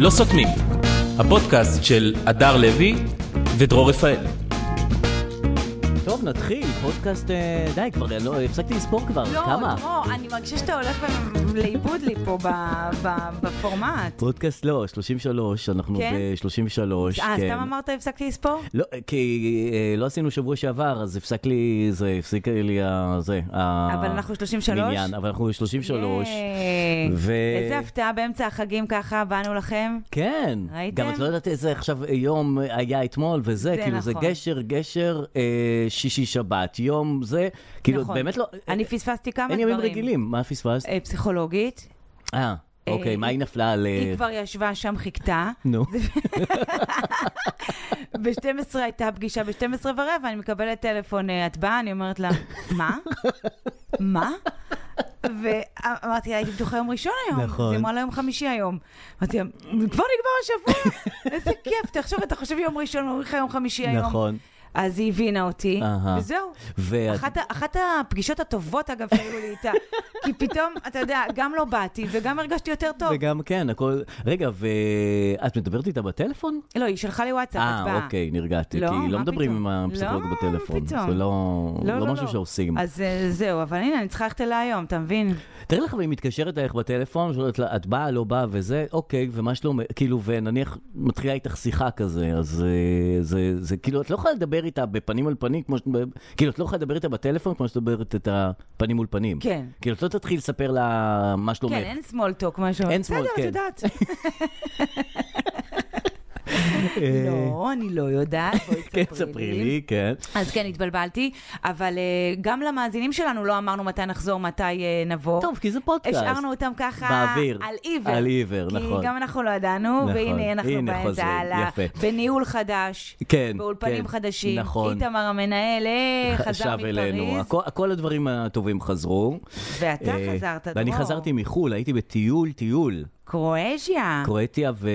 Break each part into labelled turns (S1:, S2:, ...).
S1: לא סותמים, הפודקאסט של הדר לוי ודרור רפאל.
S2: טוב, נתחיל, פודקאסט, אה, די, כבר אה, לא, הפסקתי לספור כבר,
S3: לא,
S2: כמה?
S3: דרור, אני מרגישה שאתה הולך ב- לאיבוד לי פה ב- ב- בפורמט.
S2: פודקאסט לא, 33, אנחנו
S3: כן?
S2: ב-33,
S3: אה,
S2: כן.
S3: סתם אמרת הפסקתי לספור?
S2: לא, אה, כי אה, לא עשינו שבוע שעבר, אז הפסק לי, זה, הפסיק לי, ה- זה, ה-
S3: אבל אנחנו 33?
S2: מניין, אבל אנחנו 33.
S3: ייי.
S2: ו-
S3: איזה הפתעה באמצע החגים ככה באנו לכם.
S2: כן.
S3: ראיתם?
S2: גם את לא יודעת איזה עכשיו יום היה אתמול וזה,
S3: זה
S2: כאילו זה
S3: נכון.
S2: גשר, גשר, אה, שישי שבת, יום זה, כאילו
S3: נכון.
S2: באמת לא...
S3: אני פספסתי כמה
S2: אין
S3: דברים.
S2: ימים רגילים, מה פספסת?
S3: אה, פסיכולוגית,
S2: אה,
S3: אה,
S2: אוקיי, מה היא נפלה על... אה,
S3: היא כבר ישבה שם, חיכתה.
S2: נו.
S3: ב-12 הייתה פגישה ב-12 ורבע, אני מקבלת טלפון, אה, את באה? אני אומרת לה, מה? מה? ואמרתי לה, הייתי בטוחה יום ראשון היום.
S2: נכון.
S3: אז היא אמרה לה יום חמישי היום. אמרתי לה, כבר נגמר השבוע, איזה כיף, תחשוב, אתה חושב יום ראשון, אומרים לך יום חמישי היום.
S2: נכון.
S3: אז היא הבינה אותי,
S2: אהה.
S3: וזהו.
S2: ואת-
S3: אחת, ה- אחת הפגישות הטובות, אגב, שהיו לי איתה. כי פתאום, אתה יודע, גם לא באתי וגם הרגשתי יותר טוב.
S2: וגם כן, הכל... רגע, ואת מדברת איתה בטלפון?
S3: לא, היא שלחה לי וואטסאפ, את באה.
S2: אה, אוקיי, נרגעתי,
S3: לא,
S2: כי לא
S3: מה
S2: מדברים עם
S3: פתאום?
S2: הפסיכולוג
S3: לא,
S2: בטלפון.
S3: פתאום.
S2: זה לא לא משהו שעושים.
S3: אז אה, זהו, אבל הנה, אני צריכה ללכת אליה היום, אתה מבין?
S2: תאר לך, והיא מתקשרת אליך בטלפון, שואלת לה, את באה, לא באה וזה, אוקיי, ומה שלום, כאילו, ונניח מתחילה איתך שיחה כזה, אז אה, זה, זה כאילו, את לא יכולה לדבר איתה בפנים על פנים, כמו ש... כאילו, את לא יכולה לדבר איתה בטלפון כמו שאת מדברת את הפנים מול פנים.
S3: כן.
S2: כאילו, את לא תתחיל לספר לה מה שלומך.
S3: כן, אין small talk, משהו.
S2: אין small, כן.
S3: בסדר, את יודעת. לא, אני לא יודעת,
S2: אה. כן,
S3: בואי
S2: ספרי לי, כן.
S3: אז כן, התבלבלתי, אבל אה, גם למאזינים שלנו לא אמרנו מתי נחזור, מתי אה, נבוא.
S2: טוב, כי זה פודקאסט.
S3: השארנו אותם ככה
S2: באוויר.
S3: על עיוור.
S2: על עיוור, נכון.
S3: כי גם אנחנו לא ידענו,
S2: נכון.
S3: והנה אנחנו
S2: הנה
S3: באמצע
S2: חוזרים,
S3: הלאה.
S2: יפה.
S3: בניהול חדש.
S2: כן,
S3: באולפנים
S2: כן,
S3: חדשים.
S2: נכון.
S3: איתמר המנהל, אה, חזר
S2: שב אלינו,
S3: מפריז.
S2: הכל, כל הדברים הטובים חזרו.
S3: ואתה
S2: אה,
S3: חזרת, דרור.
S2: ואני חזרתי מחו"ל, הייתי בטיול, טיול.
S3: קרואז'יה.
S2: קרואטיה ו...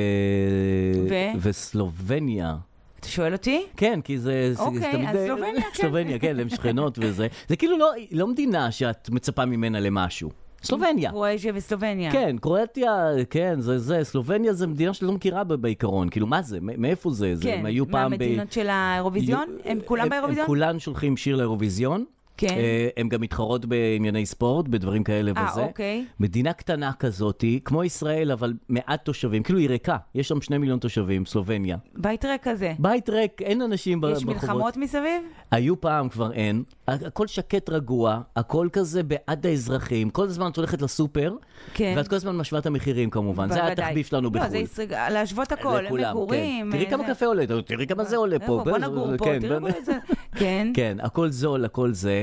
S3: אה. ו?
S2: וסלובניה.
S3: אתה שואל אותי?
S2: כן, כי זה... זה- זה
S3: אוקיי,
S2: תמיד-
S3: אז סלובניה, כן.
S2: סלובניה, כן, הן שכנות וזה. זה כאילו לא, לא מדינה שאת מצפה ממנה למשהו. סלובניה.
S3: קרואז'יה וסלובניה.
S2: כן, קרואטיה, כן, זה זה. סלובניה זה מדינה שלא מכירה ב- בעיקרון. כאילו, מה זה? מ- מאיפה זה? זה,
S3: כן,
S2: הם היו פעם ב...
S3: מהמדינות של האירוויזיון?
S2: יו-
S3: הם כולם באירוויזיון?
S2: הם כולן שולחים שיר לאירוויזיון.
S3: כן.
S2: אה, הם גם מתחרות בענייני ספורט, בדברים כאלה
S3: אה,
S2: וזה.
S3: אוקיי.
S2: מדינה קטנה כזאתי, כמו ישראל, אבל מעט תושבים. כאילו היא ריקה, יש שם שני מיליון תושבים, סלובניה.
S3: בית ריק כזה.
S2: בית ריק, אין אנשים ב-
S3: יש
S2: ברחובות.
S3: מלחמות מסביב?
S2: היו פעם, כבר אין. הכ- הכל שקט רגוע, הכל כזה בעד האזרחים. כל הזמן את הולכת לסופר,
S3: כן.
S2: ואת כל הזמן משווה את המחירים כמובן. זה היה
S3: בוודאי.
S2: התחביב שלנו בחו"ל.
S3: לא, זה ישראל, להשוות הכל,
S2: לכולם, כן.
S3: מגורים.
S2: תראי
S3: אה,
S2: כמה
S3: זה. אה,
S2: קפה עולה, תראי כמה זה עולה פה.
S3: בוא נגור פה,
S2: כן,
S3: תראו
S2: בוא-
S3: את זה. כן.
S2: כן, הכל זול, הכל זה.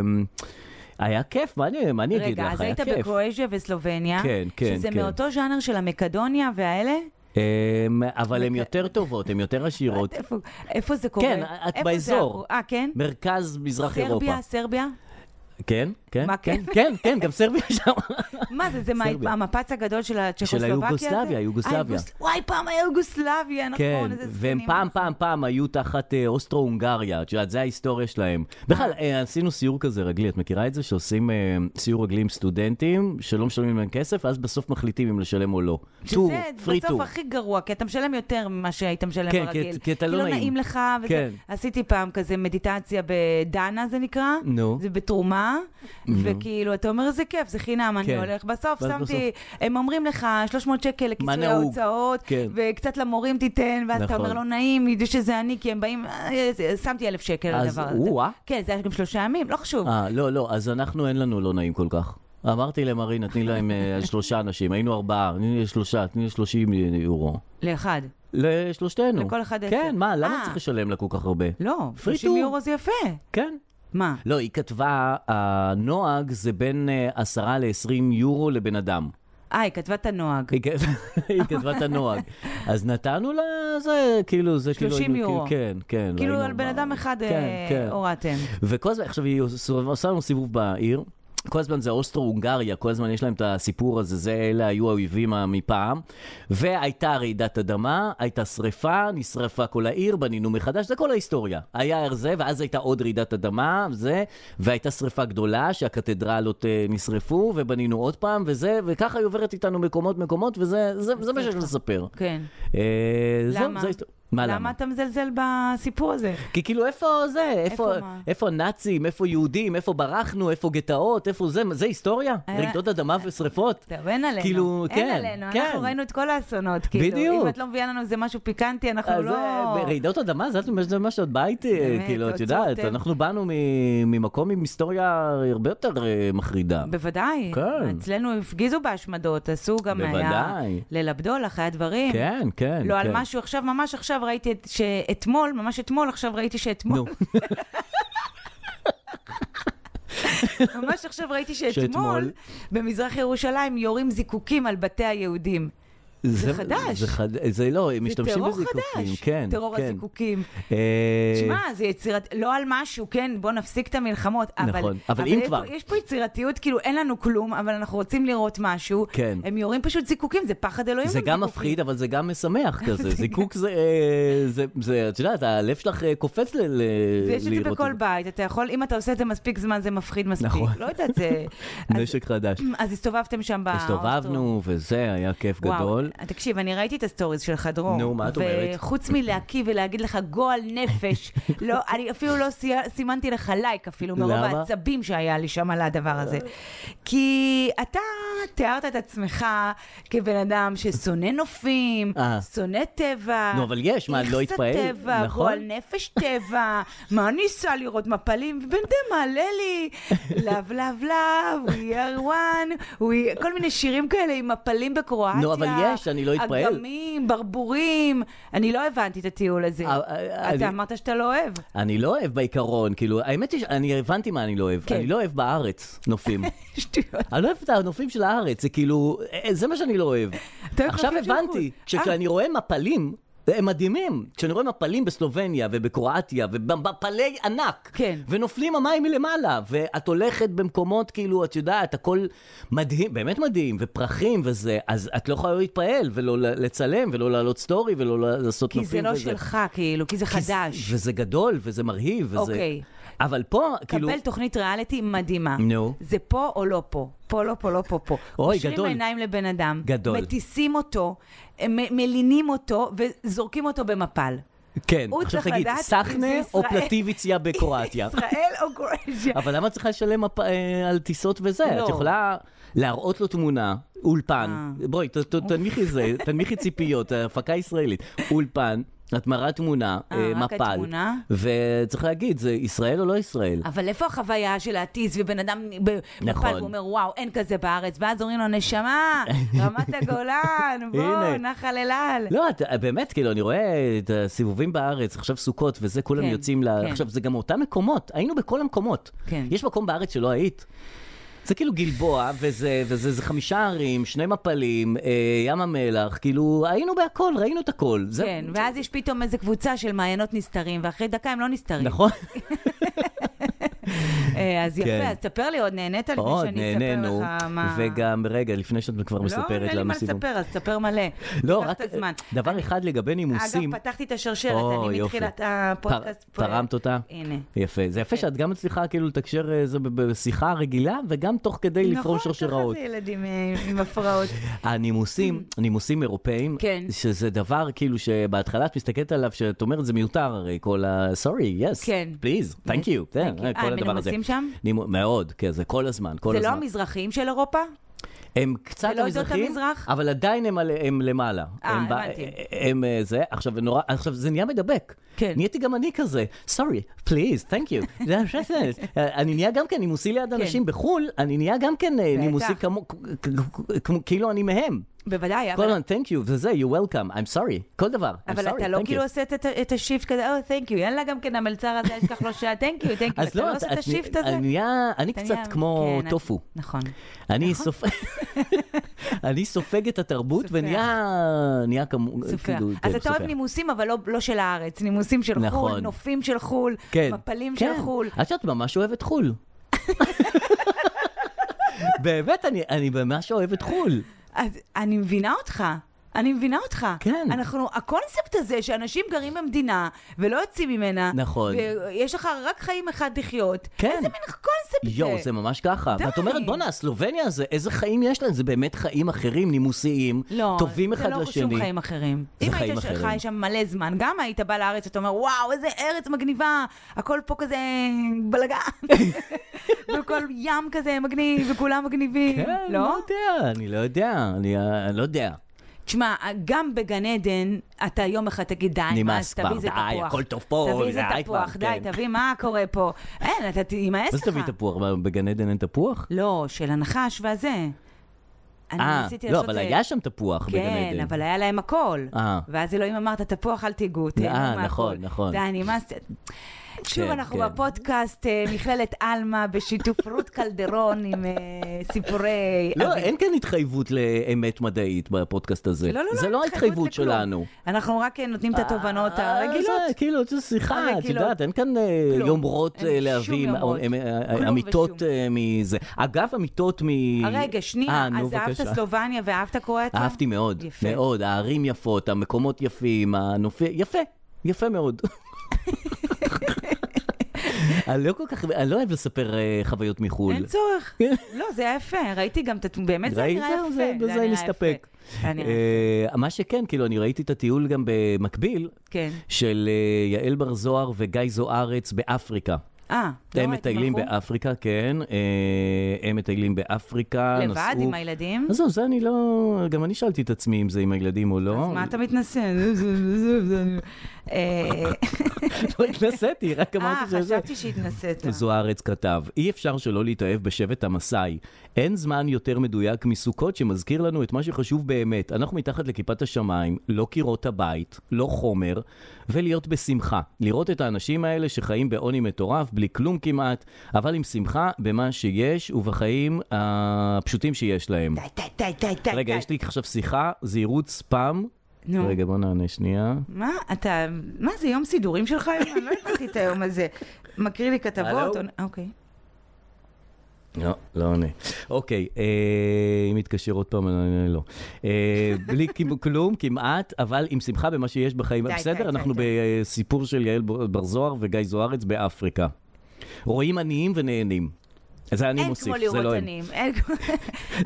S2: אמ, היה כיף, מה אני, מה אני אגיד
S3: רגע,
S2: לך?
S3: אז
S2: היה
S3: היית
S2: כיף.
S3: בקרואז'יה וסלובניה,
S2: כן, כן,
S3: שזה
S2: כן.
S3: מאותו ז'אנר של המקדוניה והאלה?
S2: אמ, אבל הן יותר טובות, הן יותר עשירות.
S3: איפה- איפה זה קורה?
S2: כן, את
S3: אה, איפה זה
S2: באזור.
S3: הקור- אה, כן?
S2: מרכז מזרח אירופה.
S3: סרביה, סרביה?
S2: כן, כן,
S3: מה,
S2: כן,
S3: כן?
S2: כן, כן, גם סרביה שם.
S3: מה זה, זה מה-
S2: סרביה.
S3: המפץ הגדול של הצ'כוסלובקיה? הזה?
S2: היוגוסלביה,
S3: אה,
S2: יוגוסלביה.
S3: יוגוס- וואי, פעם היה יוגוסלביה,
S2: כן,
S3: נכון, איזה
S2: והם
S3: זקנים.
S2: פעם, פעם, פעם היו תחת אה, אוסטרו-הונגריה, את יודעת, זה ההיסטוריה שלהם. בכלל, אה, עשינו סיור כזה רגלי, את מכירה את זה? שעושים אה, סיור רגלי עם סטודנטים, שלא משלמים להם כסף, ואז בסוף מחליטים אם לשלם או לא. טור,
S3: שזה
S2: פרי
S3: בסוף
S2: טור.
S3: הכי גרוע, כי אתה משלם יותר ממה שהיית משלם
S2: כן, כי-
S3: ברגיל.
S2: כי אתה לא
S3: כי
S2: נעים.
S3: לא נעים לך, וזה...
S2: כן.
S3: עשיתי פעם כזה מדיטציה בדנה, זה נקרא.
S2: נו.
S3: זה בתרומה, וכאילו, אתה אומר, זה כיף, זה חינם,
S2: כן.
S3: אני הולך. בסוף
S2: ואז
S3: שמתי, הם אומרים לך, 300 שקל לכיסוי
S2: נהוג?
S3: ההוצאות,
S2: כן.
S3: וקצת למורים תיתן, ואז אתה
S2: נכון.
S3: אומר, לא נעים, ידעו שזה אני, כי הם באים, "אה, זה- שמתי אלף שקל על
S2: אז
S3: הדבר הזה.
S2: או-אה.
S3: כן, זה היה גם שלושה ימים, לא חשוב.
S2: אה, לא, לא, אז אנחנו, אין לנו לא נעים כל כך. אמרתי למרינה, תני להם אה, שלושה אנשים, היינו ארבעה, תני לי שלושה, תני לי שלושים יורו.
S3: לאחד.
S2: לשלושתנו.
S3: לכל אחד עשר.
S2: כן, מה, למה
S3: אה.
S2: צריך לשלם לה כל כך הרבה?
S3: לא,
S2: Free
S3: 30
S2: tour.
S3: יורו זה יפה.
S2: כן.
S3: מה?
S2: לא, היא כתבה, הנוהג זה בין אה, עשרה ל-20 יורו לבן אדם.
S3: אה, היא כתבה את הנוהג.
S2: היא כת- היא כתבה את הנוהג. אז נתנו לה, זה כאילו, זה כאילו...
S3: 30
S2: היינו-
S3: יורו.
S2: כן, כן.
S3: כאילו
S2: והיינו
S3: על בן
S2: אמרנו,
S3: אדם אחד
S2: כן,
S3: אה,
S2: כן.
S3: הורדתם.
S2: וכל הזמן, עכשיו היא עושה עושה לנו סיבוב בעיר. כל הזמן זה אוסטרו-הונגריה, כל הזמן יש להם את הסיפור הזה, זה אלה היו האויבים ה- מפעם. והייתה רעידת אדמה, הייתה שריפה, נשרפה כל העיר, בנינו מחדש, זה כל ההיסטוריה. היה זה, ואז הייתה עוד רעידת אדמה, זה, והייתה שריפה גדולה, שהקתדרלות אה, נשרפו, ובנינו עוד פעם, וזה, וככה היא עוברת איתנו מקומות-מקומות, וזה זה, זה מה שיש לספר.
S3: כן.
S2: אה, זהו,
S3: למה?
S2: זה ההיסטור- מה למה?
S3: למה אתה מזלזל בסיפור הזה?
S2: כי כאילו איפה זה, איפה,
S3: איפה מה?
S2: איפה נאצים, איפה יהודים, איפה ברחנו, איפה גטאות, איפה זה, מה- זה היסטוריה?
S3: אה,
S2: רעידות אדמה ושרפות?
S3: טוב, אין עלינו.
S2: כאילו,
S3: אין
S2: כן,
S3: עלינו,
S2: כן.
S3: אנחנו ראינו את כל האסונות, כאילו.
S2: בדיוק.
S3: אם את לא מביאה לנו איזה משהו פיקנטי, אנחנו
S2: אז
S3: לא...
S2: אה, רעידות אדמה, זה זה מה שאת בית, אה,
S3: באמת,
S2: כאילו, את
S3: זאת
S2: יודעת,
S3: זאת, אה.
S2: אנחנו באנו מ- ממקום עם היסטוריה הרבה יותר אה, מחרידה.
S3: בוודאי.
S2: כן.
S3: אצלנו הפגיזו בהשמדות, עשו גם
S2: בוודאי.
S3: היה... ליל הבדולח, היה דברים.
S2: כן, כן.
S3: לא על
S2: כן.
S3: משהו, עכשיו, ממש עכשיו ראיתי את- שאתמול, ממש אתמול, עכשיו ראיתי
S2: נו,
S3: שאתמול, ממש עכשיו ראיתי
S2: שאתמול.
S3: שאתמול, במזרח ירושלים יורים זיקוקים על בתי היהודים. זה חדש.
S2: זה חד- זה לא, הם
S3: זה
S2: משתמשים
S3: טרור
S2: בזיקוקים.
S3: חדש,
S2: כן,
S3: טרור
S2: כן.
S3: הזיקוקים.
S2: אה,
S3: תשמע, זה יצירת... לא על משהו, כן, בוא נפסיק את המלחמות. אבל,
S2: נכון, אבל אם
S3: יש
S2: כבר.
S3: פה, יש פה יצירתיות, כאילו אין לנו כלום, אבל אנחנו רוצים לראות משהו.
S2: כן.
S3: הם יורים פשוט זיקוקים, זה פחד אלוהים.
S2: זה
S3: הם
S2: גם
S3: זיקוקים.
S2: מפחיד, אבל זה גם משמח כזה. זיקוק זה, אה, זה- זה, את יודעת, הלב שלך אה, קופץ ל- ל-
S3: ויש את זה
S2: אה, לראות
S3: בכל בית, אתה יכול, אם אתה עושה את זה מספיק זמן, זה מפחיד מספיק.
S2: נכון.
S3: לא יודעת, זה... אז-
S2: נשק חדש.
S3: אז הסתובבתם שם באוסטרו.
S2: הסתובבנו, וזה היה כיף גדול.
S3: וואו, תקשיב, אני ראיתי את הסטוריז שלך, דרור.
S2: נו, מה את אומרת?
S3: וחוץ מלהקיא ולהגיד לך גועל נפש, לא, אני אפילו לא סי- סימנתי לך לייק אפילו, מרוב
S2: למה? אה.
S3: העצבים שהיה לי שם על הדבר הזה. כי אתה תיארת את עצמך כבן אדם ששונא נופים,
S2: אה.
S3: שונא טבע.
S2: נו, אבל יש, מה, לא התפעל?
S3: איכס הטבע,
S2: נכון.
S3: גועל נפש טבע, מה ניסה לראות מפלים, ובן אדם מעלה לי, לאב לאב לאב, we are one, we... כל מיני שירים כאלה עם מפלים בקרואטיה.
S2: נו, אבל יש, אני לא אתפעל.
S3: אגמים, ברבורים, אני לא הבנתי את הטיול הזה.
S2: אה, אה, אני-
S3: אתה אמרת שאתה לא אוהב.
S2: אני לא אוהב בעיקרון, כאילו, האמת היא שאני הבנתי מה אני לא אוהב.
S3: כן.
S2: אני לא אוהב בארץ נופים.
S3: שטויות.
S2: אני לא אוהב את הנופים של הארץ, זה כאילו, אה, זה מה שאני לא אוהב.
S3: אתה אוהב
S2: עכשיו
S3: נופים של
S2: הבנתי,
S3: חו"ל. אה.
S2: שכשאני רואה מפלים, הם מדהימים. כשאני רואה מפלים בסלובניה ובקרואטיה ובמפלי ענק,
S3: כן.
S2: ונופלים המים מלמעלה, ואת הולכת במקומות כאילו, את יודעת, הכל מדהים, באמת מדהים, ופרחים וזה, אז את לא יכולה לא להתפעל, ולא ל- לצלם, ולא לעלות סטורי, ולא ל- לעשות
S3: כי
S2: נופים
S3: זה לא
S2: וזה.
S3: שלך, כאילו, כי זה
S2: כי זה-
S3: חדש.
S2: וזה גדול, וזה מרהיב, וזה...
S3: אוקיי.
S2: אבל פה, כאילו...
S3: קבל תוכנית ריאליטי מדהימה.
S2: נו.
S3: זה פה או לא פה? פה, לא פה, לא פה, פה.
S2: אוי,
S3: קושרים
S2: גדול.
S3: עיניים לבן אדם.
S2: גדול.
S3: מטיסים אותו, מ- מלינים אותו, וזורקים אותו במפל.
S2: כן,
S3: הוא
S2: עכשיו
S3: צריך
S2: תגיד,
S3: לדעת אם
S2: סחנה
S3: זה
S2: או
S3: ישראל.
S2: פלטיביציה בקרואטיה?
S3: ישראל או קרואטיה?
S2: אבל למה את צריכה לשלם הפ- אה, על טיסות וזה?
S3: לא.
S2: את יכולה להראות לו תמונה, אולפן,
S3: אה.
S2: בואי, ת- ת- תנמיכי זה, תנמיכי ציפיות, הפקה ישראלית. אולפן, את מראה תמונה,
S3: אה,
S2: אה,
S3: רק
S2: מפל,
S3: התמונה?
S2: וצריך להגיד, זה ישראל או לא ישראל?
S3: אבל איפה החוויה של להטיס ובן אדם
S2: נכון.
S3: בפל, הוא אומר, וואו, אין כזה בארץ, ואז אומרים לו, נשמה, רמת הגולן, בוא,
S2: הנה.
S3: נחל אל על.
S2: לא, את, באמת, כאילו, אני רואה את הסיבובים בארץ, עכשיו סוכות וזה, כולם
S3: כן,
S2: יוצאים ל...
S3: כן.
S2: עכשיו, זה גם אותם מקומות, היינו בכל המקומות.
S3: כן.
S2: יש מקום בארץ שלא היית. זה כאילו גלבוע, וזה, וזה זה חמישה ערים, שני מפלים, אה, ים המלח, כאילו, היינו בהכל, ראינו את הכל. זה,
S3: כן, ואז יש פתאום איזו קבוצה של מעיינות נסתרים, ואחרי דקה הם לא נסתרים.
S2: נכון?
S3: אה, אז יפה,
S2: כן.
S3: אז תספר לי עוד, נהנית לפני
S2: עוד,
S3: שאני אספר
S2: נהנינו.
S3: לך מה...
S2: וגם, רגע, לפני שאת כבר מספרת
S3: לא, אין לי
S2: לנו
S3: מה
S2: סיבוב.
S3: לספר, אז תספר מלא.
S2: לא,
S3: קח
S2: רק
S3: את הזמן.
S2: דבר אחד לגבי נימוסים.
S3: אגב, פתחתי את השרשרת,
S2: או,
S3: אני
S2: יופי.
S3: מתחילת הפודקאסט.
S2: פר- תרמת אותה?
S3: הנה. כן.
S2: יפה, זה יפה שאת גם מצליחה כאילו לתקשר אה, זה ב- בשיחה רגילה וגם תוך כדי לפרום
S3: נכון,
S2: שרשראות.
S3: ככה זה ילדים אה, עם הפרעות.
S2: הנימוסים, נימוסים אירופאים,
S3: Mm. כן.
S2: שזה דבר כאילו שבהתחלה את מסתכלת עליו, שאת אומרת זה מיותר הרי, כל ה... סורי, יס,
S3: כן.
S2: פליז,
S3: Yes,
S2: תנק יו,
S3: thank
S2: כן,
S3: you.
S2: כל
S3: אה, הם
S2: הדבר הזה.
S3: מנומסים שם?
S2: נימו- מאוד, כן, זה כל הזמן, כל
S3: זה
S2: הזמן.
S3: לא המזרחיים של אירופה?
S2: הם קצת
S3: זה לא עדות
S2: המזרחים,
S3: המזרח?
S2: אבל עדיין הם, על- הם למעלה.
S3: אה,
S2: הם ב-
S3: הבנתי.
S2: הם אה, זה, עכשיו, נורא, עכשיו זה נהיה מדבק.
S3: כן.
S2: נהייתי גם אני כזה, סורי, פליז, תנק יו. אני נהיה גם כן נימוסי ליד אנשים בחו"ל, אני נהיה גם כן אה,
S3: בטח.
S2: נימוסי כמו, כמו- כאילו אני מהם.
S3: בוודאי,
S2: כל
S3: אבל...
S2: הזמן, thank you, וזה, you're welcome, I'm sorry, כל דבר. I'm
S3: אבל
S2: sorry,
S3: אתה לא
S2: thank
S3: כאילו
S2: you.
S3: עושה את- את השיפט כזה, או, תנק יו, יאללה גם כן המלצר הזה, יש לך לא שעה, תנק יו, תנק יו. אתה לא עושה את
S2: את-
S3: השיפט הזה?
S2: אני נהיה- אני
S3: אתה
S2: קצת
S3: נהיה-
S2: כמו
S3: כן,
S2: טופו. כאילו,
S3: נכון.
S2: אני סופג... אני סופג את התרבות
S3: סופח.
S2: ונהיה נהיה כמו...
S3: סופח.
S2: כאילו,
S3: אז
S2: כן,
S3: אתה אוהב
S2: סופח.
S3: נימוסים, אבל לא- לא של הארץ, נימוסים של חו"ל,
S2: נכון.
S3: נופים של חו"ל,
S2: כן.
S3: מפלים
S2: כן.
S3: של חו"ל.
S2: את יודעת, ממש אוהבת חו"ל. באמת, אני- אני ממש אוהב את חו"ל.
S3: אז אני מבינה אותך. אני מבינה אותך.
S2: כן.
S3: אנחנו, הקונספט הזה שאנשים גרים במדינה ולא יוצאים ממנה,
S2: נכון.
S3: ויש לך רק חיים אחד לחיות,
S2: כן.
S3: איזה מין קונספט
S2: יואו, זה ממש ככה.
S3: אוקיי. די.
S2: ואת אומרת, בואנה, הסלובניה הזה, איזה חיים יש להם? זה באמת חיים אחרים, נימוסיים,
S3: לא,
S2: טובים אחד
S3: זה לא
S2: לשני.
S3: שום חיים אחרים.
S2: זה
S3: אם
S2: חיים
S3: היית
S2: אחרים.
S3: חי שם מלא זמן, גם היית בא לארץ, אתה אומר, וואו, איזה ארץ מגניבה, הכל פה כזה בלאגן, וכל ים כזה מגניב, וכולם מגניבים,
S2: כן,
S3: לא?
S2: לא יודע, אני לא יודע, אני אה, לא יודע.
S3: תשמע, גם בגן עדן, אתה יום אחד תגיד, די,
S2: נמאס
S3: מס,
S2: כבר,
S3: תביא איזה
S2: די,
S3: תפוח.
S2: הכל טוב פה,
S3: תביא איזה
S2: די כבר,
S3: תפוח, די,
S2: כן.
S3: תביא מה קורה פה. אין, אתה תימאס
S2: מה
S3: לך.
S2: זה תביא תפוח? מה, בגן עדן אין תפוח?
S3: לא, של הנחש והזה. אני
S2: אה,
S3: ניסיתי
S2: לא,
S3: לעשות...
S2: אבל
S3: אה,
S2: היה שם תפוח בגן עדן.
S3: כן, אבל היה להם הכל.
S2: אה.
S3: ואז אלוהים אמר, את התפוח אל תיגעו, תהנו
S2: אה,
S3: מהכל.
S2: נכון, נכון.
S3: די, נמאס. שוב,
S2: כן,
S3: אנחנו
S2: כן.
S3: בפודקאסט אה, מכללת עלמה, בשיתוף רות קלדרון עם אה, סיפורי...
S2: לא,
S3: אבי-
S2: אין כאן התחייבות לאמת מדעית בפודקאסט הזה.
S3: לא, לא, לא,
S2: זה
S3: אין
S2: לא
S3: התחייבות
S2: ההתחייבות
S3: לכלום.
S2: שלנו.
S3: אנחנו רק אה, נותנים את התובנות
S2: אה,
S3: הרגילות.
S2: זה, כאילו, זו שיחה, את
S3: הרגילות.
S2: יודעת, אין כאן אה,
S3: כלום.
S2: יומרות
S3: אין
S2: אה,
S3: שום
S2: להביא עם-
S3: יומרות.
S2: אה, אה,
S3: כלום
S2: אמיתות
S3: ושום.
S2: אה, מזה. אגב, אמיתות מ...
S3: הרגע, שנייה,
S2: אה, נו,
S3: אז אהבת
S2: בבקשה.
S3: סלובניה ואהבת קרואטיה?
S2: אהבתי מאוד,
S3: יפה.
S2: מאוד. הערים יפות, המקומות יפים, הנופי... יפה, יפה מאוד. אני לא כל כך, אני לא אוהב לספר אה, חוויות מחו"ל.
S3: אין צורח. לא, זה היה יפה, ראיתי גם את התמונה, באמת זה היה
S2: ראית? זהו,
S3: נראה יפה.
S2: זה-
S3: זה
S2: בזה
S3: היה נראה
S2: נסתפק.
S3: יפה. היה נראה-
S2: אה, מה שכן, כאילו, אני ראיתי את הטיול גם במקביל,
S3: כן.
S2: של אה, יעל בר זוהר וגיא זוארץ באפריקה.
S3: אה, לא
S2: הם
S3: ראיתי,
S2: מטיילים
S3: הלכו?
S2: באפריקה, כן. אה, הם מטיילים באפריקה,
S3: לבד עם הילדים?
S2: אז זהו, זה אני לא... גם אני שאלתי את עצמי אם זה עם הילדים או לא.
S3: אז מה אתה מתנשא? זה- זה- זה- זה- אה,
S2: לא התנסיתי, רק
S3: אה,
S2: אמרתי שזה...
S3: חשבתי שהתנסית.
S2: זוארץ כתב, אי אפשר שלא להתאהב בשבט המסאי. אין זמן יותר מדויק מסוכות שמזכיר לנו את מה שחשוב באמת. אנחנו מתחת לכיפת השמיים, לא קירות הבית, לא חומר, ולהיות בשמחה. לראות את האנשים האלה שחיים בעוני מטורף, בלי כלום כמעט, אבל עם שמחה במה שיש ובחיים הפשוטים שיש להם.
S3: די, די, די, די, די.
S2: רגע,
S3: די.
S2: יש לי עכשיו שיחה, זהירות ספאם.
S3: כן. נו.
S2: רגע, בוא נענה שנייה.
S3: מה אתה, מה זה יום סידורים שלך היום? אני לא הבנתי את היום הזה. מקריא לי
S2: הלו?
S3: כתבות? או- אוקיי.
S2: לא, לא עונה. אוקיי, אה, אם יתקשר עוד פעם, אני עונה לו. אה, בלי כמ- כלום, כמעט, אבל עם שמחה במה שיש בחיים.
S3: די, די,
S2: בסדר,
S3: די,
S2: אנחנו
S3: די.
S2: בסיפור של יעל ב- בר זוהר וגיא זוארץ באפריקה. רואים עניים ונהנים. זה אני
S3: אין
S2: מוסיף,
S3: כמו
S2: זה
S3: לראות
S2: לא הם. לא-
S3: עניים. אין כמו-